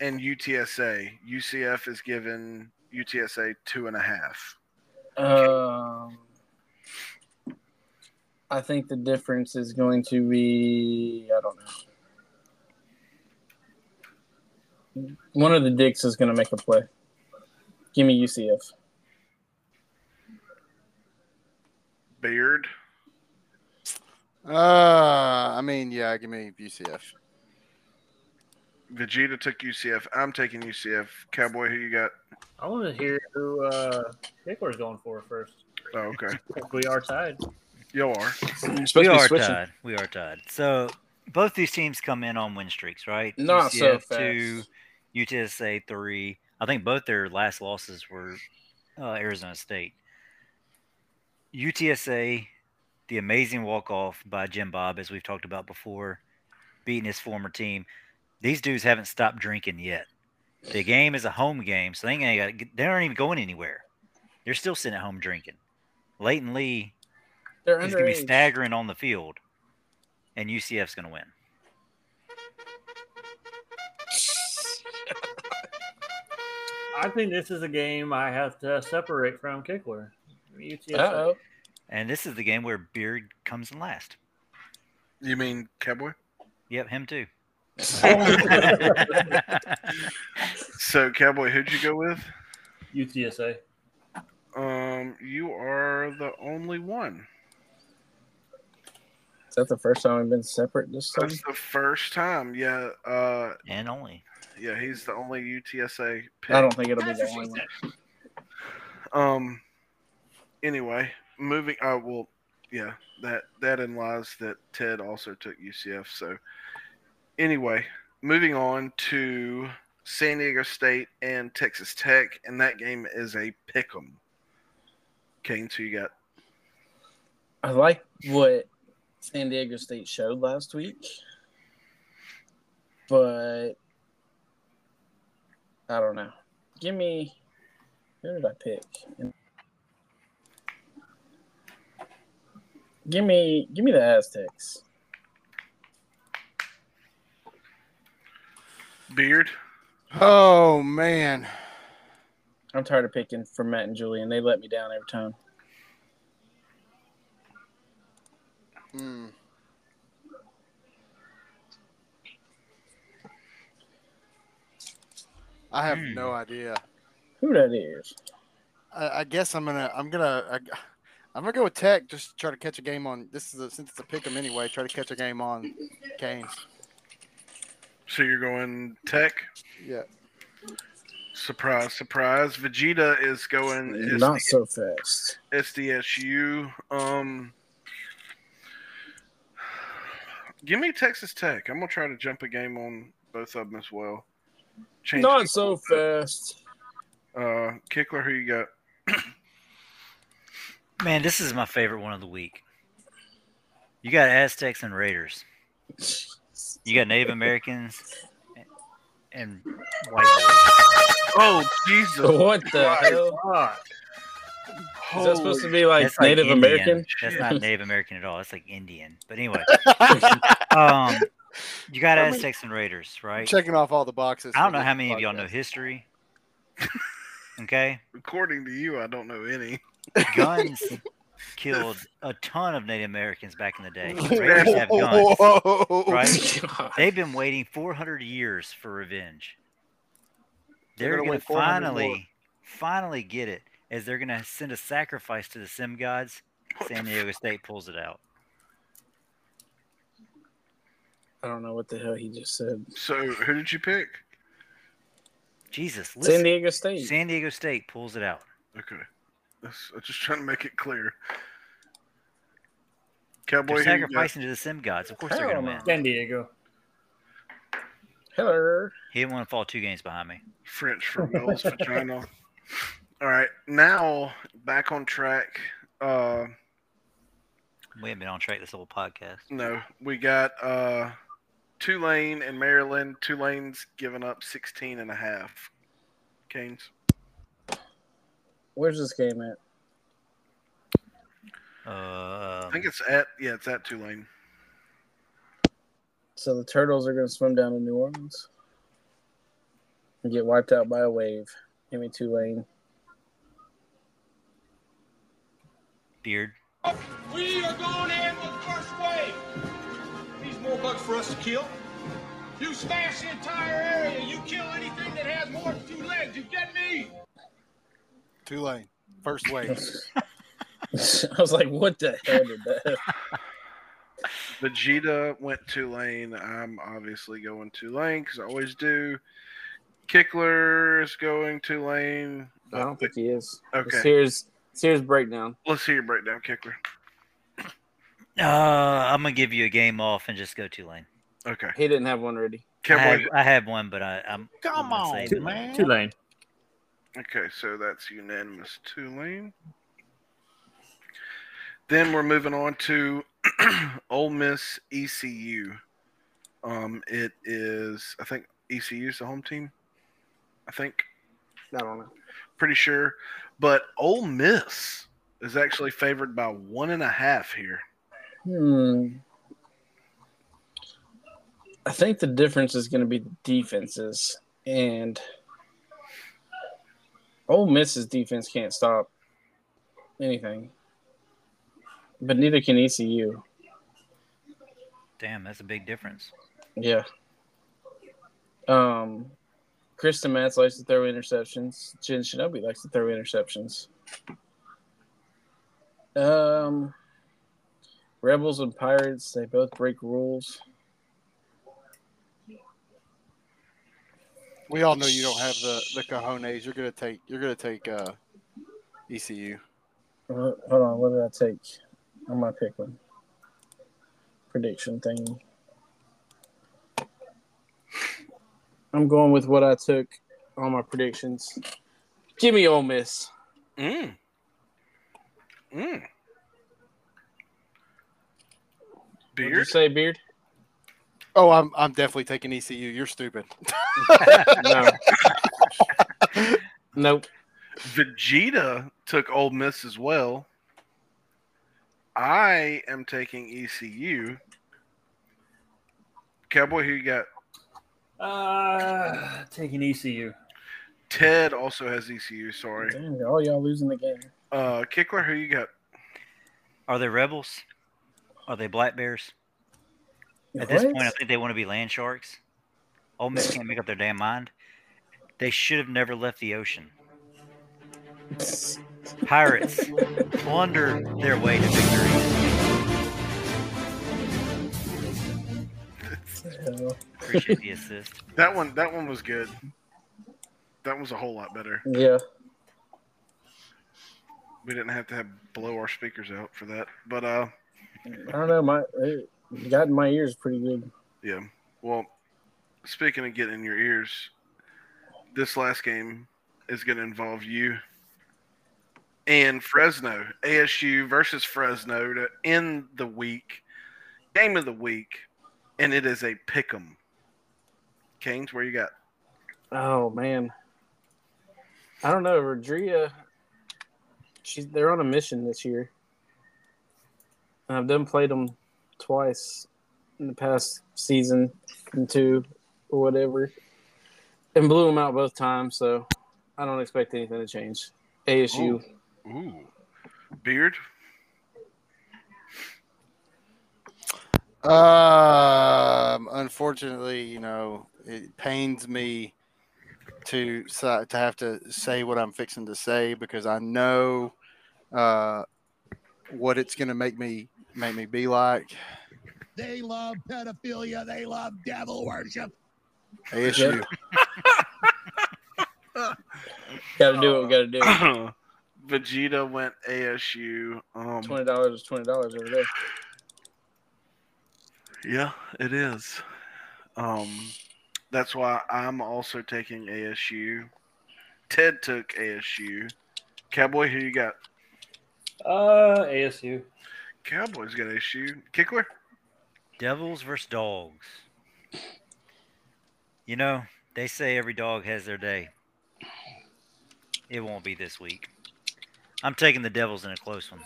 and UTSA. UCF is given UTSA two and a half. Um, I think the difference is going to be I don't know. One of the dicks is going to make a play. Give me UCF. Beard. Uh, I mean, yeah, give me UCF. Vegeta took UCF. I'm taking UCF. Cowboy, who you got? I want to hear who uh, Pickler's going for first. Oh, okay. If we are tied. You are. we supposed to be are switching. tied. We are tied. So both these teams come in on win streaks, right? Not so UCF two, UTSA three. I think both their last losses were uh, Arizona State. UTSA, the amazing walk off by Jim Bob, as we've talked about before, beating his former team. These dudes haven't stopped drinking yet. The game is a home game, so they ain't gotta get- they aren't even going anywhere. They're still sitting at home drinking. Leighton Lee They're He's going to be underage. staggering on the field, and UCF's going to win. I think this is a game I have to separate from Kickler. UTSA. Uh-oh. And this is the game where Beard comes in last. You mean Cowboy? Yep, him too. So, Cowboy, who'd you go with? UTSA. Um, you are the only one. Is that the first time we've been separate this time? That's the first time. Yeah. Uh, and only. yeah, he's the only UTSA pick. I don't think it'll be the only one. Um. Anyway, moving. Uh, well, yeah. That that in lies that Ted also took UCF. So, anyway, moving on to San Diego State and Texas Tech, and that game is a pick'em. Kane, so you got I like what San Diego State showed last week, but I don't know. Give me who did I pick? Give me, give me the Aztecs. Beard. Oh man, I'm tired of picking for Matt and Julian. They let me down every time. Hmm. I have Hmm. no idea. Who that is? I, I guess I'm gonna I'm gonna I, I'm gonna go with Tech. Just to try to catch a game on this is a, since it's a pick 'em anyway. Try to catch a game on Kane. So you're going Tech. Yeah. Surprise, surprise. Vegeta is going Not so fast. SDSU. Um, give me Texas Tech. I'm gonna try to jump a game on both of them as well. Change. Not so fast. Uh, Kickler, who you got? Man, this is my favorite one of the week. You got Aztecs and Raiders. You got Native Americans and white. Oh Jesus! What the Christ. hell? Fuck. Is that supposed to be like That's Native Indian. American? That's not Native American at all. That's like Indian. But anyway, um, you got I mean- Aztecs and Raiders, I'm right? checking off all the boxes. I don't for know this how many of y'all know podcast. history. Okay, According to you, I don't know any. guns killed a ton of Native Americans back in the day. Raiders have guns, Whoa. right? They've been waiting 400 years for revenge. They're They're gonna going wait to 400 more. finally, finally get it, as they're going to send a sacrifice to the Sim gods. San Diego State pulls it out. I don't know what the hell he just said. So who did you pick? Jesus, San Diego State. San Diego State pulls it out. Okay. That's, I'm just trying to make it clear. They're Cowboy who you got? sacrificing to the sim gods. Of course they're going to win. San Diego. Hello. He didn't want to fall two games behind me. French for Mel's vagina. All right, now back on track. Uh, We haven't been on track this whole podcast. no, we got uh, Tulane and Maryland. Tulane's giving up 16 and a half. Canes. Where's this game at? Uh, I think it's at, yeah, it's at Tulane. So the turtles are going to swim down to New Orleans and get wiped out by a wave. Give me Tulane. Beard. We are going in with first wave. These more bucks for us to kill. You smash the entire area. You kill anything that has more than two legs. You get me? Tulane, first wave. I was like, what the hell did that? Vegeta went Tulane. I'm obviously going Tulane because I always do. Kickler is going Tulane. I don't think he is. Okay. It's here's it's here's breakdown. Let's hear your breakdown, Kickler. Uh, I'm gonna give you a game off and just go Tulane. Okay. He didn't have one ready. I Cowboy. have, I have one, but I, I'm Come I'm on, saving it. man. Tulane. Okay, so that's unanimous Tulane. Then we're moving on to Ole Miss ECU. Um, it is I think ECU's the home team. I think I don't know. pretty sure, but Ole Miss is actually favored by one and a half here. Hmm. I think the difference is going to be the defenses and Ole Miss's defense can't stop anything, but neither can E ECU. Damn, that's a big difference. Yeah. Um, Kristen Matz likes to throw interceptions. Jen Shinobi likes to throw interceptions. Um, Rebels and Pirates, they both break rules. We all know you don't have the the cojones. You're gonna take you're gonna take uh, E ECU. Hold hold on, what did I take? I'm gonna pick one. Prediction thing. I'm going with what I took on my predictions. Give me Ole Miss. Mm. Mm. What'd you Beard? say, Beard? Oh, I'm I'm definitely taking ECU. You're stupid. No. nope. Vegeta took Ole Miss as well. I am taking E ECU. Cowboy, who you got? Uh, taking ECU. Ted also has ECU. Sorry. Dang, all y'all losing the game. Uh, Kickler, who you got? Are they rebels? Are they black bears? At this point, I What? think they want to be land sharks. Ole Miss can't make up their damn mind. They should have never left the ocean. Pirates plunder their way to victory. Appreciate the assist. That one. That one was good. That was a whole lot better. Yeah. We didn't have to have blow our speakers out for that. But uh, I don't know. My it got in my ears pretty good. Yeah. Well, speaking of getting in your ears, this last game is going to involve you and Fresno, ASU versus Fresno to end the week, game of the week, and it is a pick 'em. Canes, where you got? Oh man. I don't know, Rodria. She's they're on a mission this year. And I've done played them twice in the past season and two or whatever, and blew them out both times. So I don't expect anything to change. ASU. Ooh, beard. Um, unfortunately, you know, it pains me to si- to have to say what I'm fixing to say because I know uh, what it's going to make me make me be like. They love pedophilia. They love devil worship. ASU. Got to do what we got to do. Ah. Vegeta went ASU. Um, twenty dollars is twenty dollars over there. Yeah, it is. Um, that's why I'm also taking ASU. Ted took ASU. Cowboy, who you got? Uh, ASU. Cowboys got ASU. Kickler. Devils versus dogs. You know, they say every dog has their day. It won't be this week. I'm taking the Devils in a close one.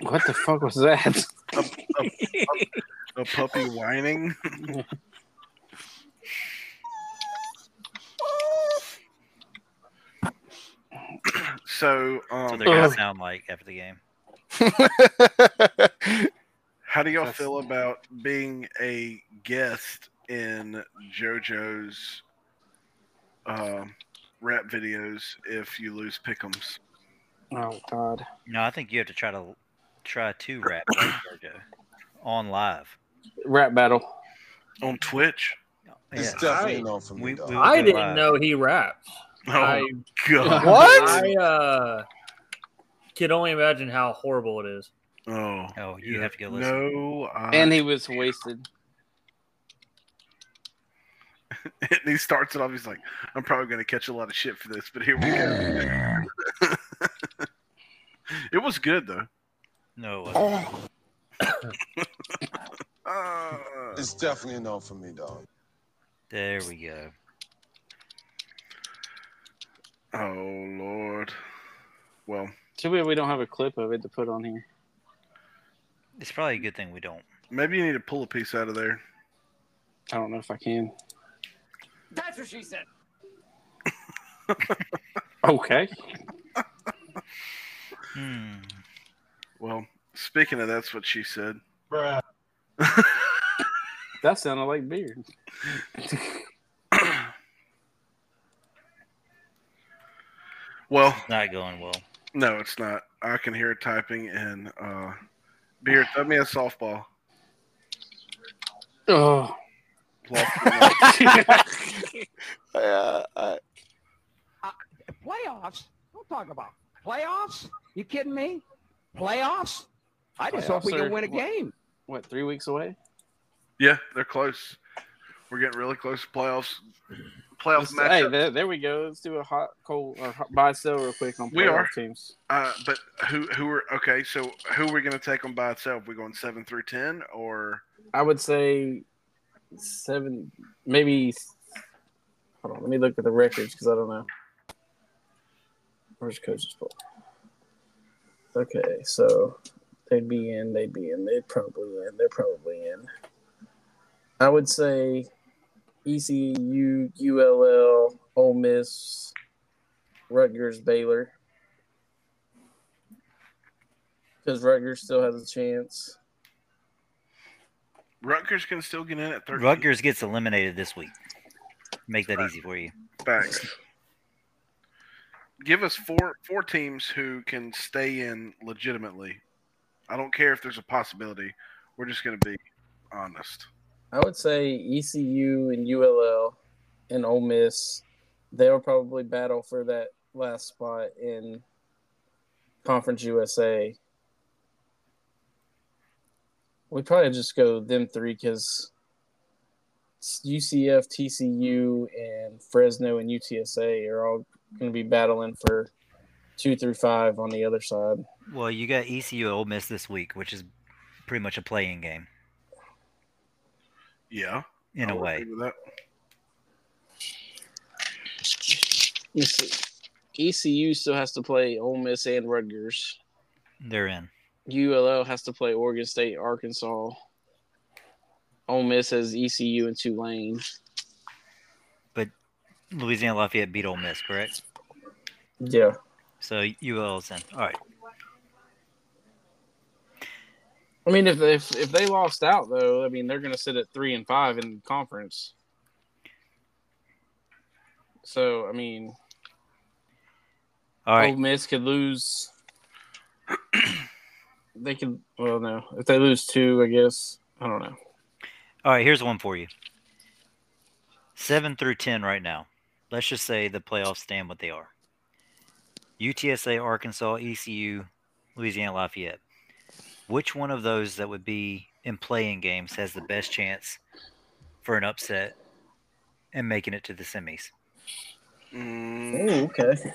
What the fuck was that? A, a- a- a puppy whining. so, um, So they're gonna sound like after the game. How do y'all feel about being a guest in JoJo's um, rap videos if you lose Pickums? Oh God. No, I think you have to try to try to rap like JoJo on live. Rap battle. On Twitch? Yeah. definitely I- not for me, we- dog. we will I go didn't live. know he rapped. Oh, I, God. Oh. What? I uh, can only imagine how horrible it is. Oh, oh, you have to go listen. No, I- And he was wasted. and he starts it off. He's like, "I'm probably going to catch a lot of shit for this, but here we go." it was good though. No. it wasn't. Oh. it's definitely a no for me, dog. There we go. Oh Lord. Well, Too bad we don't have a clip of it to put on here. It's probably a good thing we don't. maybe you need to pull a piece out of there. I don't know if I can. That's what she said. Okay. Hmm. Well, speaking of that's what she said. Bruh. That sounded like beer. Well, Not going well. no, it's not. I can hear it typing and uh, beer. Throw me a softball. Oh. Playoffs? Don't talk about playoffs. You kidding me? Playoffs? I just hope we Playoffs can are- win a what- game. What, three weeks away? Yeah, they're close. We're getting really close to playoffs. Playoff Let's- matchup. Hey, there, there we go. Let's do a hot, cold, or hot, buy, sell real quick on playoff We are. teams. Uh, but who who are okay? So who are we going to take on by itself? We going seven through ten, or I would say seven, maybe. Hold on, let me look at the records because I don't know. Where's coaches poll? Okay, so they'd be in, they'd be in, they'd probably in, they're probably in. I would say E ECU, ULL, Ole Miss, Rutgers, Baylor. Because Rutgers still has a chance. Rutgers can still get in at thirteen? Rutgers gets eliminated this week. Make that easy for you. Facts. Give us four four teams who can stay in legitimately. I don't care if there's a possibility. We're just going to be honest. I would say ECU and ULL and Ole Miss. They'll probably battle for that last spot in Conference USA. We probably just go them three because UCF, TCU, and Fresno and UTSA are all going to be battling for two through five on the other side. Well, you got E ECU and Ole Miss this week, which is pretty much a playing game Yeah, in a I'll way. agree with that. Let's see. ECU E still has to play Ole Miss and Rutgers. They're in. ULL has to play Oregon State, Arkansas. Ole Miss has ECU and Tulane. Louisiana Lafayette beat Ole Miss, correct? Yeah. So UL's in. All right. I mean, if if if they lost out though, I mean they're going to sit at three and five in conference. So I mean, All right. Ole Miss could lose. they could. Well, no, if they lose two, I guess I don't know. All right. Here's one for you. seven through ten right now. Let's just say the playoffs stand what they are. UTSA, Arkansas, ECU, Louisiana Lafayette. Which one of those that would be in playing games has the best chance for an upset and making it to the semis? Ooh, okay.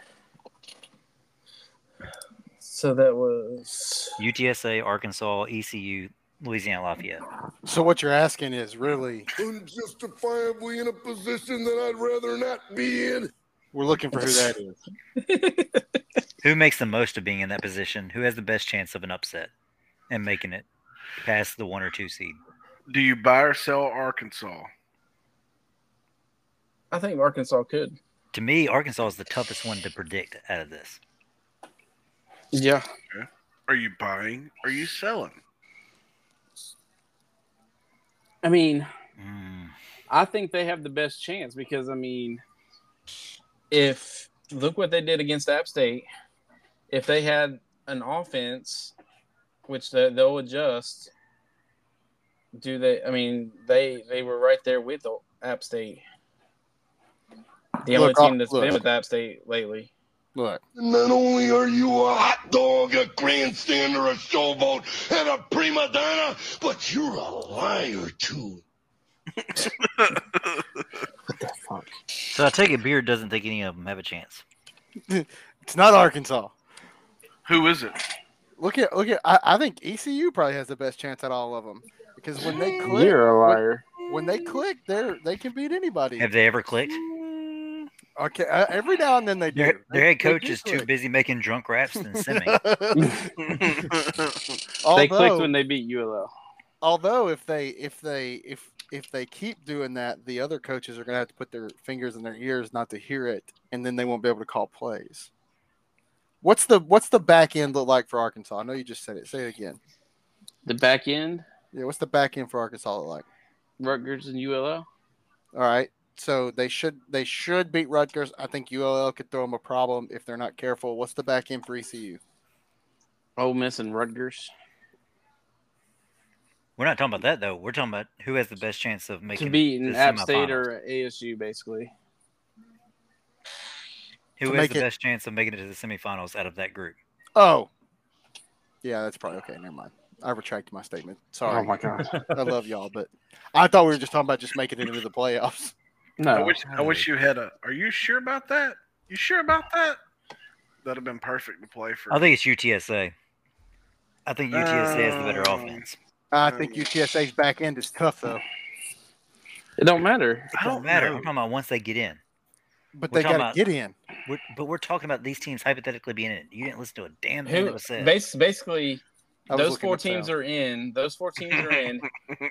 So that was UTSA, Arkansas, ECU, Louisiana Lafayette. So what you're asking is really Unjustifiably in a position that I'd rather not be in. we're looking for who that is. Who makes the most of being in that position? Who has the best chance of an upset and making it past the one or two seed? Do you buy or sell Arkansas? I think Arkansas could. To me, Arkansas is the toughest one to predict out of this. Yeah. Are you buying? Are you selling? I mean, Mm. I think they have the best chance because I mean, if look what they did against App State, if they had an offense, which they, they'll adjust, do they? I mean, they they were right there with the App State. The only Look, team I'll- that's look. been with App State lately. Look, Not only are you a hot dog, a grandstander, a showboat, and a prima donna, but you're a liar too. So I take it Beard doesn't think any of them have a chance. it's not Arkansas. Who is it? Look at look at. I, I think ECU probably has the best chance at all of them because when they click, You're a when- liar. When, they click, they're they can beat anybody. Have they ever clicked? Okay, uh, every now and then they do. Their, They- their head they coach do is too click. busy making drunk raps than simming. they clicked Although- when they beat ULL. Although if they if they if if they keep doing that, the other coaches are gonna have to put their fingers in their ears not to hear it, and then they won't be able to call plays. What's the what's the back end look like for Arkansas? I know you just said it. Say it again. The back end, Yeah, what's the back end for Arkansas look like? Rutgers and ULL. All right. So they should they should beat Rutgers. I think ULL could throw them a problem if they're not careful. What's the back end for E ECU? Ole Miss and Rutgers We're not talking about that though. We're talking about who has the best chance of making to beat an the App semifinals. State or ASU, basically. who to has make the it- best chance of making it to the semifinals out of that group. Oh, yeah, that's probably okay. Never mind. I retract my statement. Sorry. Oh, my God. I love y'all, but I thought we were just talking about just making it into the playoffs. Oh, I wish I wish you had a. Are you sure about that? You sure about that? That'd have been perfect to play for. I think it's UTSA. I think UTSA has the better Uh, offense. I think UTSA's back end is tough though, It don't matter. It don't don't matter. know. We're talking about once they get in. but We're they talking got about- to get in. We're, but we're talking about these teams hypothetically being in it. You didn't listen to a damn thing Who that was said. bas- basically I was those looking four to teams fail. are in. Those four teams are in.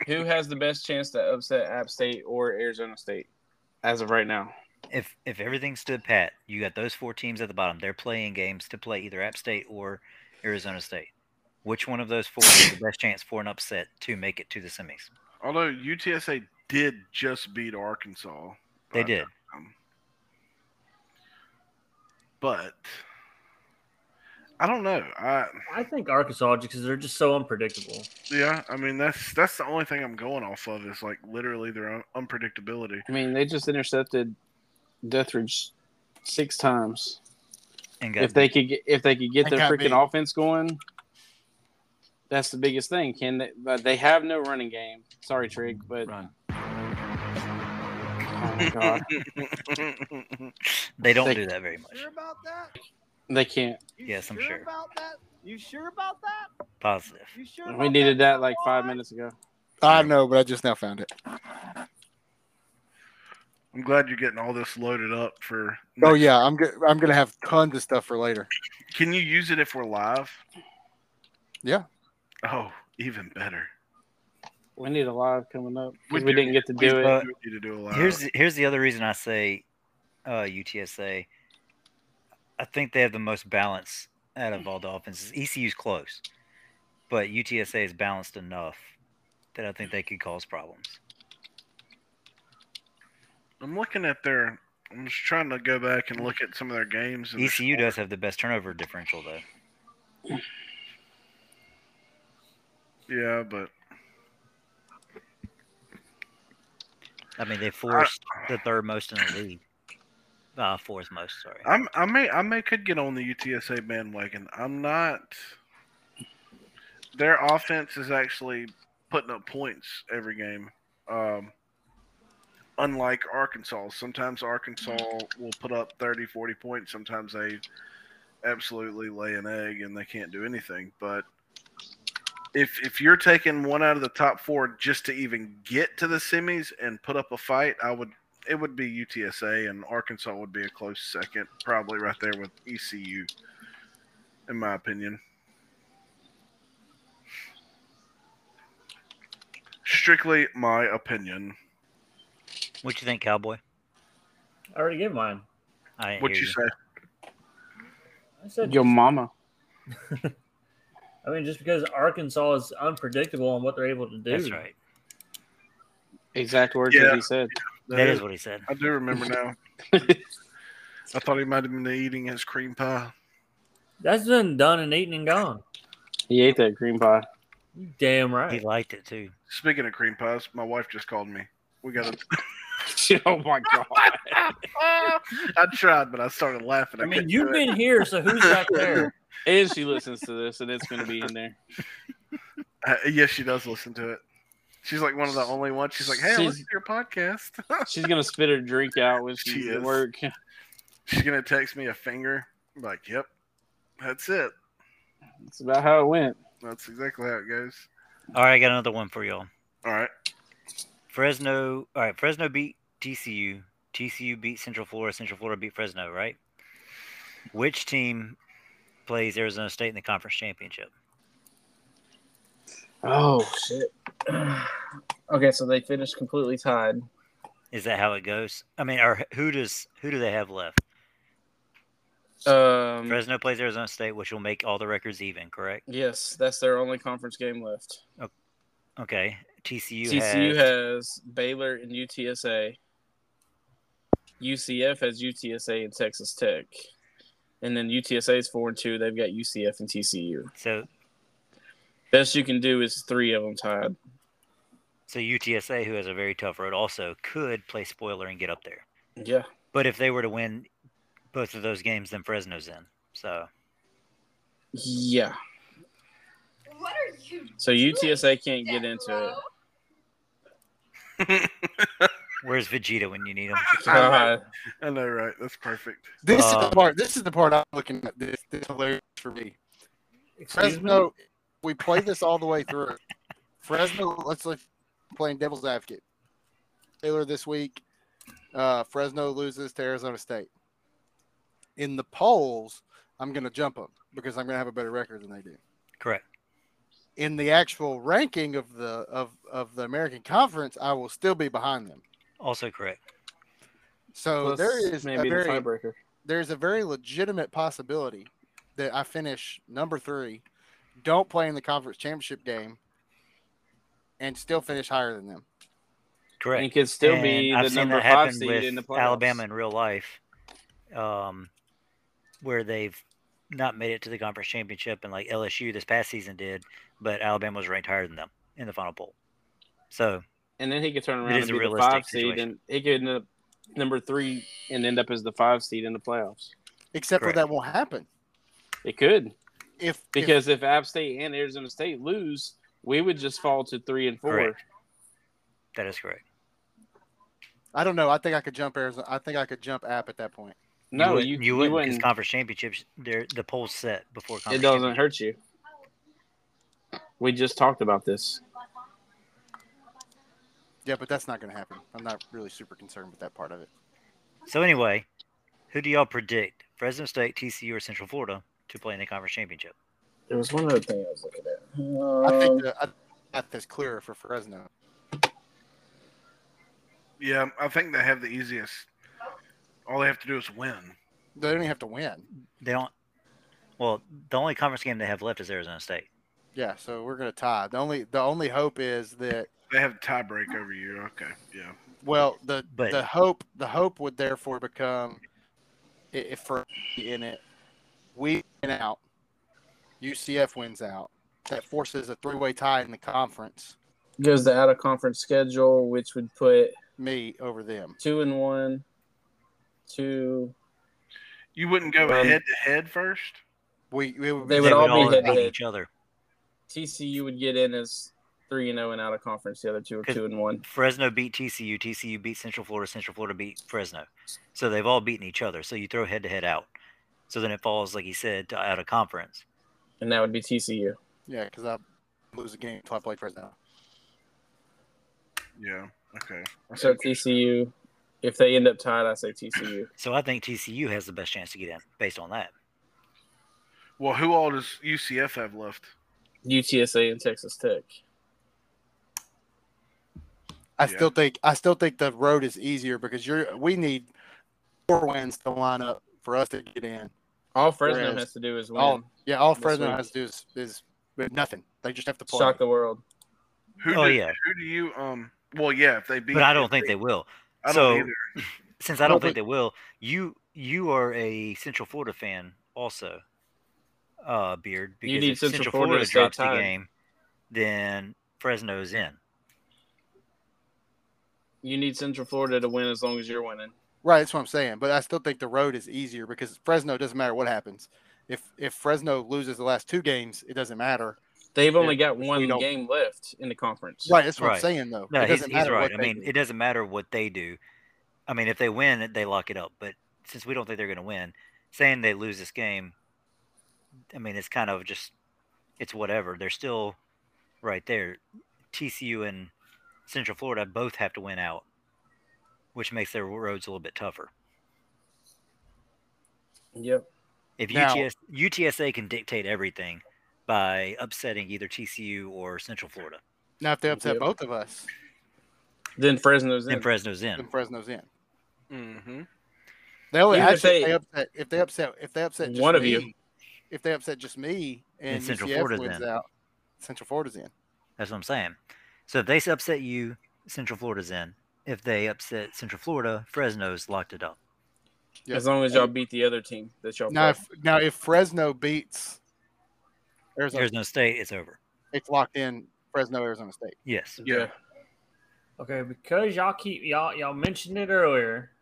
Who has the best chance to upset App State or Arizona State as of right now? if if everything stood pat, you got those four teams at the bottom. They're playing games to play either App State or Arizona State. Which one of those four has the best chance for an upset to make it to the semis? Although UTSA did just beat Arkansas, They did. but I don't know. I I think Arkansas because they're just so unpredictable. yeah. I mean, that's that's the only thing I'm going off of is like literally their un- unpredictability. I mean, they just intercepted Deathridge six times. And If they could get if they could get And their got freaking beat. offense going, that's the biggest thing. Can they? But they have no running game. Sorry, Trig, but oh my god, They don't They- do that very much. Sure about that? they can't. Yes, I'm sure. About that? You sure about that? Positive. You sure? We needed that like five minutes ago. I know, but I just now found it. I'm glad you're getting all this loaded up for. Oh yeah, I'm go- I'm gonna have tons of stuff for later. Can you use it if we're live? Yeah. Oh, even better. We need a live coming up. 'cause We We, do. didn't get to We do do. it. need to do a lot. Here's the- here's the other reason I say uh, UTSA. I think they have the most balance out of all the offenses. ECU's close, but UTSA is balanced enough that I think they could cause problems. I'm looking at their. I'm just trying to go back and look at some of their games. And their ECU E does have the best turnover differential though. Yeah, but I mean, they forced the third most in the league. Uh, fourth most, sorry. I'm I may I may could get on the UTSA bandwagon. I'm not. Their offense is actually putting up points every game. Um, unlike Arkansas, sometimes Arkansas will put up 30, 40 points. Sometimes they absolutely lay an egg and they can't do anything. But if if you're taking one out of the top four just to even get to the semis and put up a fight, I would it would be UTSA and Arkansas would be a close second, probably right there with ECU, in my opinion. Strictly my opinion. What you think, Cowboy? I already gave mine. I didn't What hear you say? I said Your mama. I mean, just because Arkansas is unpredictable on what they're able to do. That's right. Exact words Yeah. that he said. that is what he said. Uh, I do remember now. I thought he might have been eating his cream pie. That's been done and eaten and gone. He ate that green pie. You Damn right. He liked it too. Speaking of cream pies, my wife just called me. We got it. oh my god! I tried, but I started laughing. I mean, couldn't you've do been it. here, so who's back there? And she listens to this, and it's going to be in there. Uh, yes, she does listen to it. She's like one of the only ones. She's like, "Hey, I She's- listen to your podcast." She's going to spit her drink out when She she's is. at work. She's gonna text me a finger. I'm like, "Yep, that's it. That's about how it went. That's exactly how it goes." All right, I got another one for y'all. All right. Fresno. All right, Fresno beat TCU. TCU beat Central Florida. Central Florida beat Fresno. Right. Which team plays Arizona State in the conference championship? Oh shit. okay, so they finished completely tied. Is that how it goes? I mean, or who does who do they have left? Um, Fresno plays Arizona State, which will make all the records even. Correct. yes, that's their only conference game left. Okay. TCU. TCU has, has Baylor and UTSA. UCF has UTSA and Texas Tech. And then UTSA is four and two. They've got UCF and TCU. So, Best you can do is three of them tied. so UTSA, who has a very tough road, also could play spoiler and get up there. Yeah. But if they were to win both of those games, then Fresno's in. So Yeah. What are you? So UTSA can't get into it. where's Vegeta when you need him? God. I know, right? That's perfect. This is Um, Uh, the part. This is the part I'm looking at. This, this is hilarious for me. Excuse me? Fresno, we play this all the way through. Fresno, let's look playing devil's advocate. Taylor this week, uh, Fresno loses to Arizona State. In the polls, I'm going to jump them because I'm going to have a better record than they do. Correct. In the actual ranking of the of of the American Conference, I will still be behind them. Also correct. So Plus, there is maybe a the very tiebreaker. there's a very legitimate possibility that I finish number three, don't play in the conference championship game, and still finish higher than them. Correct. It could still be And the I've seen number that five happen seed with in the playoffs. Alabama in real life, um, where they've not made it to the conference championship, and like LSU this past season did, but Alabama was ranked higher than them in the final poll. So And then he could turn It around is and a be the realistic five seed, situation. and he could end up number three and end up as the five seed in the playoffs. Except Correct. for that won't happen It could if because if App State and Arizona State lose, we would just fall to three and four. Correct. that is correct. if- I don't know. I think I could jump Arizona. I think I could jump App at that point. No, wouldn't- you you, wouldn't because wouldn't. conference championships, they're, the polls set before It conference. doesn't hurt you. We just talked about this. Yeah, but that's not going to happen. I'm not really super concerned with that part of it. So anyway, who do y'all predict? Fresno State, TCU, or Central Florida to play in the conference championship? There was one other thing I was looking at. I think Um, the, I think that's clearer for Fresno. Yeah, I think they have the easiest. All they have to do is win. They don't even have to win. They don't. Well, the only conference game they have left is Arizona State. Yeah, so we're going to tie. The only the only hope is that They have tiebreak over you. Okay, yeah. Well, the But- the hope the hope would therefore become i- if for in it we win out, UCF wins out. That forces a three way tie in the conference. goes the out of conference schedule, which would put me over them. Two and one. Two. You wouldn't go Um, head to head first. We, we would They would all be head to beat head. each other. TCU would get in as three and zero and out of conference. The other two are two and one. Fresno beat TCU. TCU beat Central Florida. Central Florida beat Fresno. So they've all beaten each other. So you throw head to head out. So then it falls, like he said, to, out of conference. And that would be TCU. Yeah, because I lose a game till I play Fresno. Yeah. Okay. So TCU, if they end up tied, I say TCU. So I think TCU has the best chance to get in based on that. Well, who all does UCF have left? UTSA and Texas Tech. I Yeah. still think I still think the road is easier because you're we need four wins to line up for us to get in. All Fresno Whereas- has to do is win. All, yeah, all this Fresno week. has to do is, is with nothing. They just have to play. Shock the world. Who Oh, do, yeah. Who do you um? Well, yeah, if they beat. But I don't think they will. I don't so either. since I Well, don't think but- they will, you you are a Central Florida fan also, uh, Beard. Because need if Central Central Florida, Florida to stay drops the tied. game, then Fresno's in. You need Central Florida to win as long as you're winning. Right, that's what I'm saying. But I still think the road is easier because Fresno doesn't matter what happens. If if Fresno loses the last two games, it doesn't matter. They've only If- got if we one don't- game left in the conference. Right, that's what I'm saying, though. No, It he's, doesn't he's matter right. what I they mean, do. it doesn't matter what they do. I mean, if they win, they lock it up. But since we don't think they're going to win, saying they lose this game, I mean, it's kind of just it's whatever. They're still right there. TCU and Central Florida both have to win out, which makes their roads a little bit tougher. Yep. If Now- UTS, UTSA can dictate everything by upsetting either TCU or Central Florida, Now, if they upset Yep. both of us, Then Fresno's in. then Fresno's in. then Fresno's in. Mm-hmm. They only Even if actually if they- they upset if they upset if they upset just One of me, you. if they upset just me Then and Central UCF Florida's wins in. out, Central Florida's in. That's what I'm saying. So if they upset you, Central Florida's in. If they upset Central Florida, Fresno's locked it up. As long as y'all beat the other team that y'all Now, play. if, now if Fresno beats Arizona, There's no state. It's over. it's locked in. Fresno, Arizona State. Yes. Yeah. Okay, because y'all keep y'all y'all mentioned it earlier.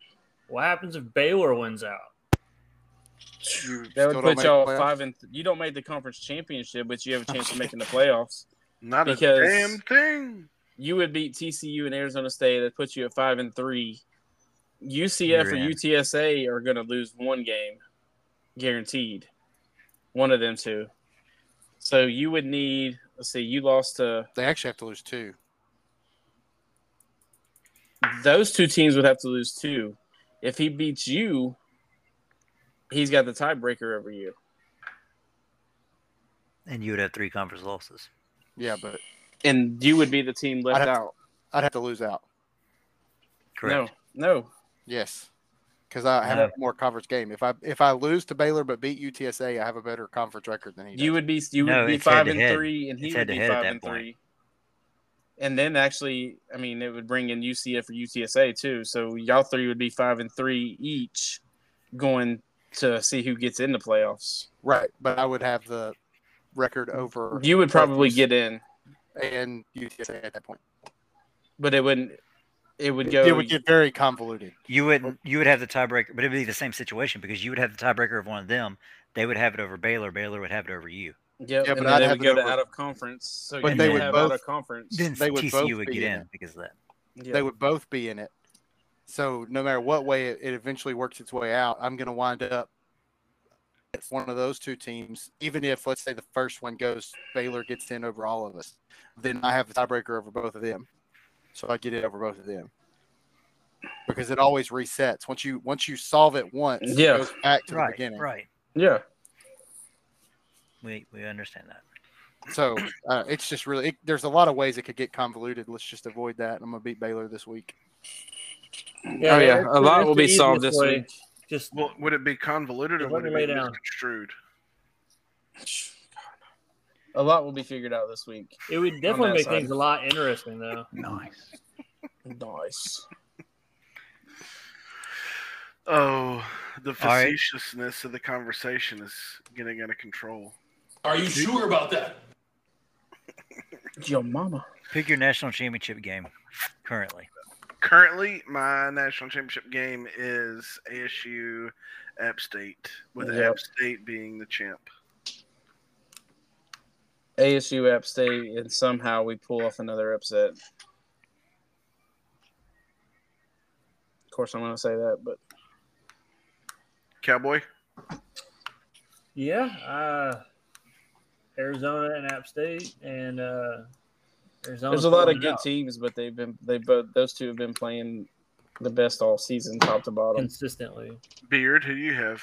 What happens if Baylor wins out? That Still would don't put make y'all the playoffs? five and you don't make the conference championship, but you have a chance of making the playoffs. Not because a damn thing. you would beat TCU and Arizona State. That puts you at five and three. UCF You're or in. UTSA are going to lose one game, guaranteed. One of them two. So you would need. Let's see. You lost to They actually have to lose two. those two teams would have to lose two. If he beats you, he's got the tiebreaker over you. And you would have three conference losses. Yeah, but and you would be the team left I'd have out. To, I'd have to lose out. Correct. No, no. Yes, because I have No. a more conference game. If I if I lose to Baylor but beat UTSA, I have a better conference record than he does. You would be you would No, be it's five and head-to-head. three, and he It's would be head-to-head at five that and point. three. And then actually, I mean, it would bring in UCF or UTSA too. So y'all three would be five and three each, going to see who gets in the playoffs. right, but I would have the record over. You would probably Rutgers get in, and UTSA at that point. but it wouldn't. It would go. it would get very convoluted. You wouldn't. You would have the tiebreaker, but it'd be the same situation because you would have the tiebreaker of one of them. They would have it over Baylor. Baylor would have it over you. Yep, Yeah, and but then I'd they have would go it to over- out of conference. So But you they would would have out both- of conference. Then They would TCU both would be get in in it. because of that. Yeah. They would both be in it. So no matter what way it, it eventually works its way out, I'm going to wind up at one of those two teams. Even if let's say the first one goes, Baylor gets in over all of us, then I have the tiebreaker over both of them. So I get it over both of them because it always resets once you once you solve it once. Yeah. it goes back to the Right. beginning. Right. yeah. We we understand that. So uh, it's just really it, there's a lot of ways it could get convoluted. Let's just avoid that. I'm going to beat Baylor this week. oh yeah, that's a the- lot that's will the be solved easiest this way. week. Just Well, would it be convoluted or Yeah, would let it me be lay down. misconstrued? A lot will be figured out this week. It would that definitely make side. things a lot interesting though. Nice. Nice. Oh, the All right. facetiousness of the conversation is getting out of control. Are you sure about that? Your mama. Pick your national championship game currently. currently my national championship game is ASU App State, with Yep. App State being the champ. ASU App State, and somehow we pull off another upset. Of course, I'm going to say that, but Cowboy. Yeah, uh, Arizona and App State, and uh, Arizona. there's a lot of good teams, but they've been they both those two have been playing the best all season, top to bottom, consistently. Beard, who you have?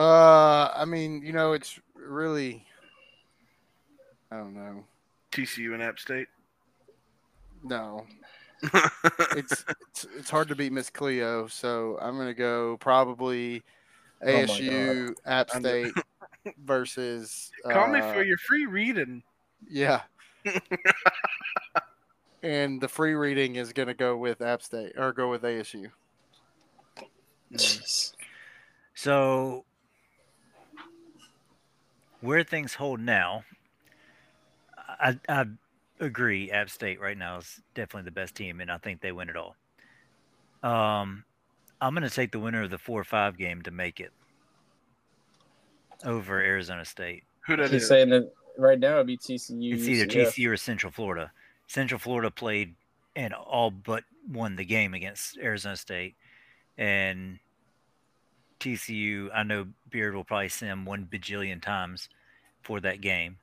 Uh, I mean, you know, it's really, I don't know. TCU and App State. No, it's, it's it's hard to beat Miss Cleo, so I'm gonna go probably Oh my ASU God. App I'm- State versus. Call me uh, for your free reading. Yeah. and the free reading is going to go with App State or go with ASU. So, where things hold now, I, I agree. App State right now is definitely the best team, and I think they win it all. Um, I'm going to take the winner of the four or five game to make it over Arizona State. Who He's saying that right now it'd be TCU. It's either UCF. TCU or Central Florida. Central Florida played and all but won the game against Arizona State, and TCU. I know Beard will probably sim one bajillion times for that game.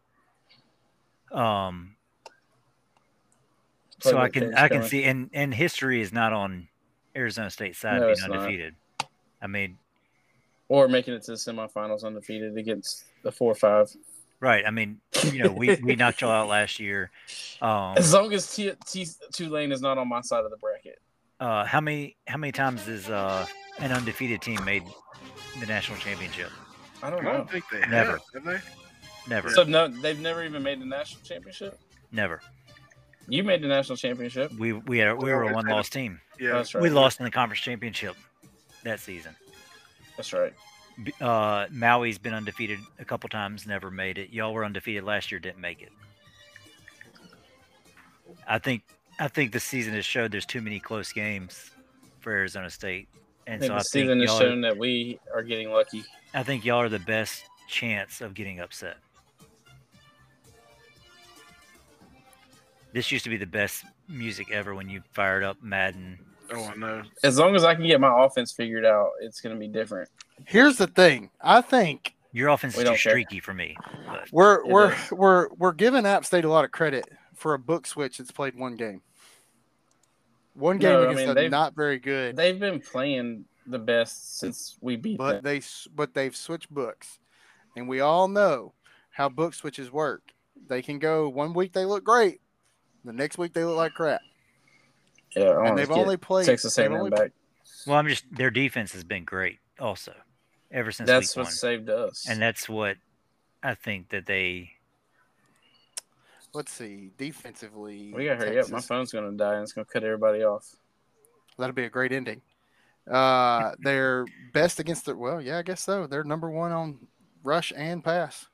Um, so Probably I can things I can going. see, and and history is not on Arizona State's side No, being it's not. undefeated. I mean, or making it to the semifinals undefeated against the four or five. right? I mean, you know, we we knocked y'all out last year. Um, As long as T- T- Tulane is not on my side of the bracket, Uh, how many how many times has uh, an undefeated team made the national championship? I don't I know. don't think they have. Never. Have they? Never, So no, they've never even made the national championship. never. You made the national championship. We we had, we were a one loss team. Yeah. That's right. we lost in the conference championship that season. That's right. B- Uh, Maui's been undefeated a couple times, never made it. Y'all were undefeated last year, didn't make it. I think I think the season has showed there's too many close games for Arizona State, I and think so the I season think has y'all shown that we are getting lucky. I think y'all are the best chance of getting upset. This used to be the best music ever when you fired up Madden. Oh, I know. As long as I can get my offense figured out, it's going to be different. Here's the thing. I think Your offense We is too don't care. streaky for me. but- we're It we're is. we're we're giving App State a lot of credit for a book switch that's played one game. One game No, I against mean, a they've- not very good, They've been playing the best since we beat but them. they s- but they've switched books, and we all know how book switches work. They can go one week they look great, the next week they look like crap. Yeah, I and want they've to only get played- Texas they've A&M only- back. Well, I'm just their defense has been great also ever since That's week what one, saved us. and that's what I think that they. Let's see defensively. we got to hurry up. My Texas- phone's going to die, and it's going to cut everybody off. That'll be a great ending. Uh, they're best against the well, yeah, I guess so. They're number one on rush and pass.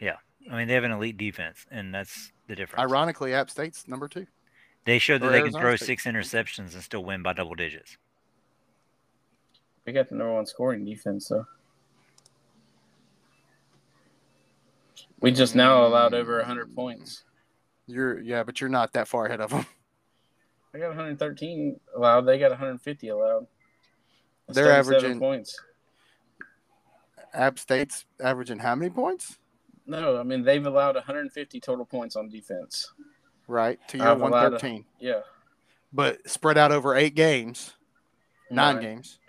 Yeah, I mean they have an elite defense, and that's the difference. Ironically, App State's number two. They showed that Or they can Arizona throw State. six interceptions and still win by double digits. We got the number one scoring defense, so we just now allowed over 100 points. You're yeah, but you're not that far ahead of them. I got 113 allowed. They got 150 allowed. That's They're 37 averaging- points. App State's averaging how many points? No, I mean they've allowed 150 total points on defense. Right to your I've allowed one a- thirteen, Yeah, but spread out over eight games, nine Right. games,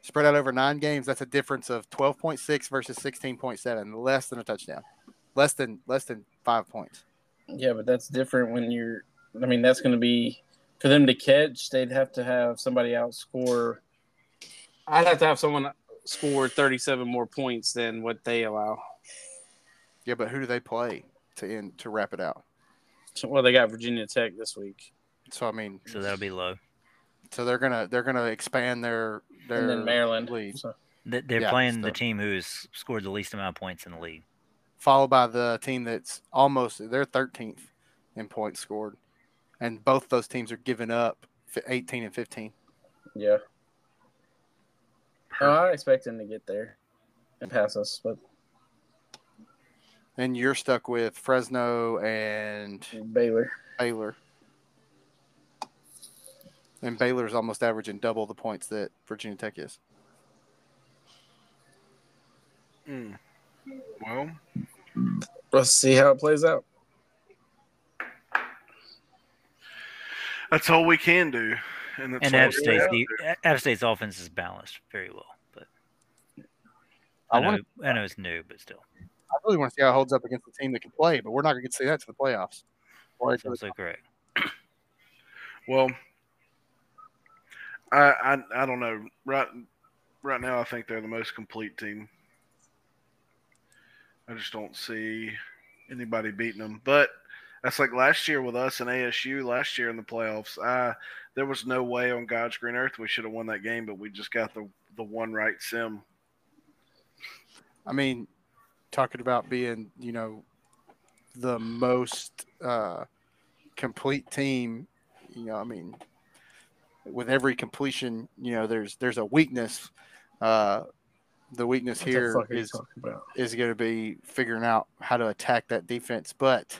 spread out over nine games. That's a difference of twelve point six versus sixteen point seven, less than a touchdown, less than less than five points. yeah, but that's different when you're. I mean, that's going to be for them to catch. They'd have to have somebody outscore. I'd have to have someone score 37 more points than what they allow. Yeah, but who do they play to end to wrap it out? So, well, they got Virginia Tech this week, So I mean, So that'll be low. so they're gonna they're gonna expand their their and then Maryland. lead, So, They- They're Yeah, playing the so- team who's scored the least amount of points in the league. followed by the team that's almost they're thirteenth in points scored, and both those teams are giving up fi- 18 and 15. Yeah. Oh, I expect him to get there and pass us, but And you're stuck with Fresno and Baylor. Baylor. And Baylor's almost averaging double the points that Virginia Tech is. Hmm. Well, let's see how it plays out. that's all we can do. And, that's And all App we State's have. the App State's offense is balanced very well, but I I know, wanna- I know it's new, but still, I really want to see how it holds up against the team that can play, but we're not going to see that to the playoffs. Or that's to the- also correct. Well, I, I I don't know. Right right now, I think they're the most complete team. I just don't see anybody beating them. But that's like last year with us and ASU. Last year in the playoffs, I there was no way on God's green earth we should have won that game, but we just got the the one right sim. I mean, talking about being, you know, the most uh, complete team, you know, I mean, with every completion, you know, there's there's a weakness. Uh, the weakness What the here fuck are you is talking about? is going to be figuring out how to attack that defense, but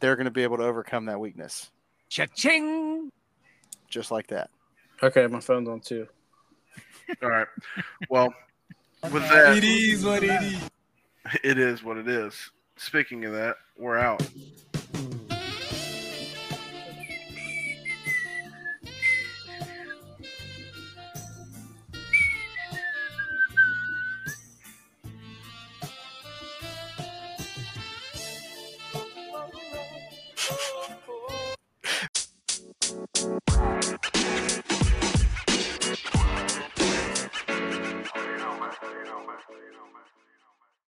they're going to be able to overcome that weakness. Cha-ching! Just like that. Okay, my phone's on too. All right. Well, with that, It is what it is. It is what it is. Speaking of that, we're out.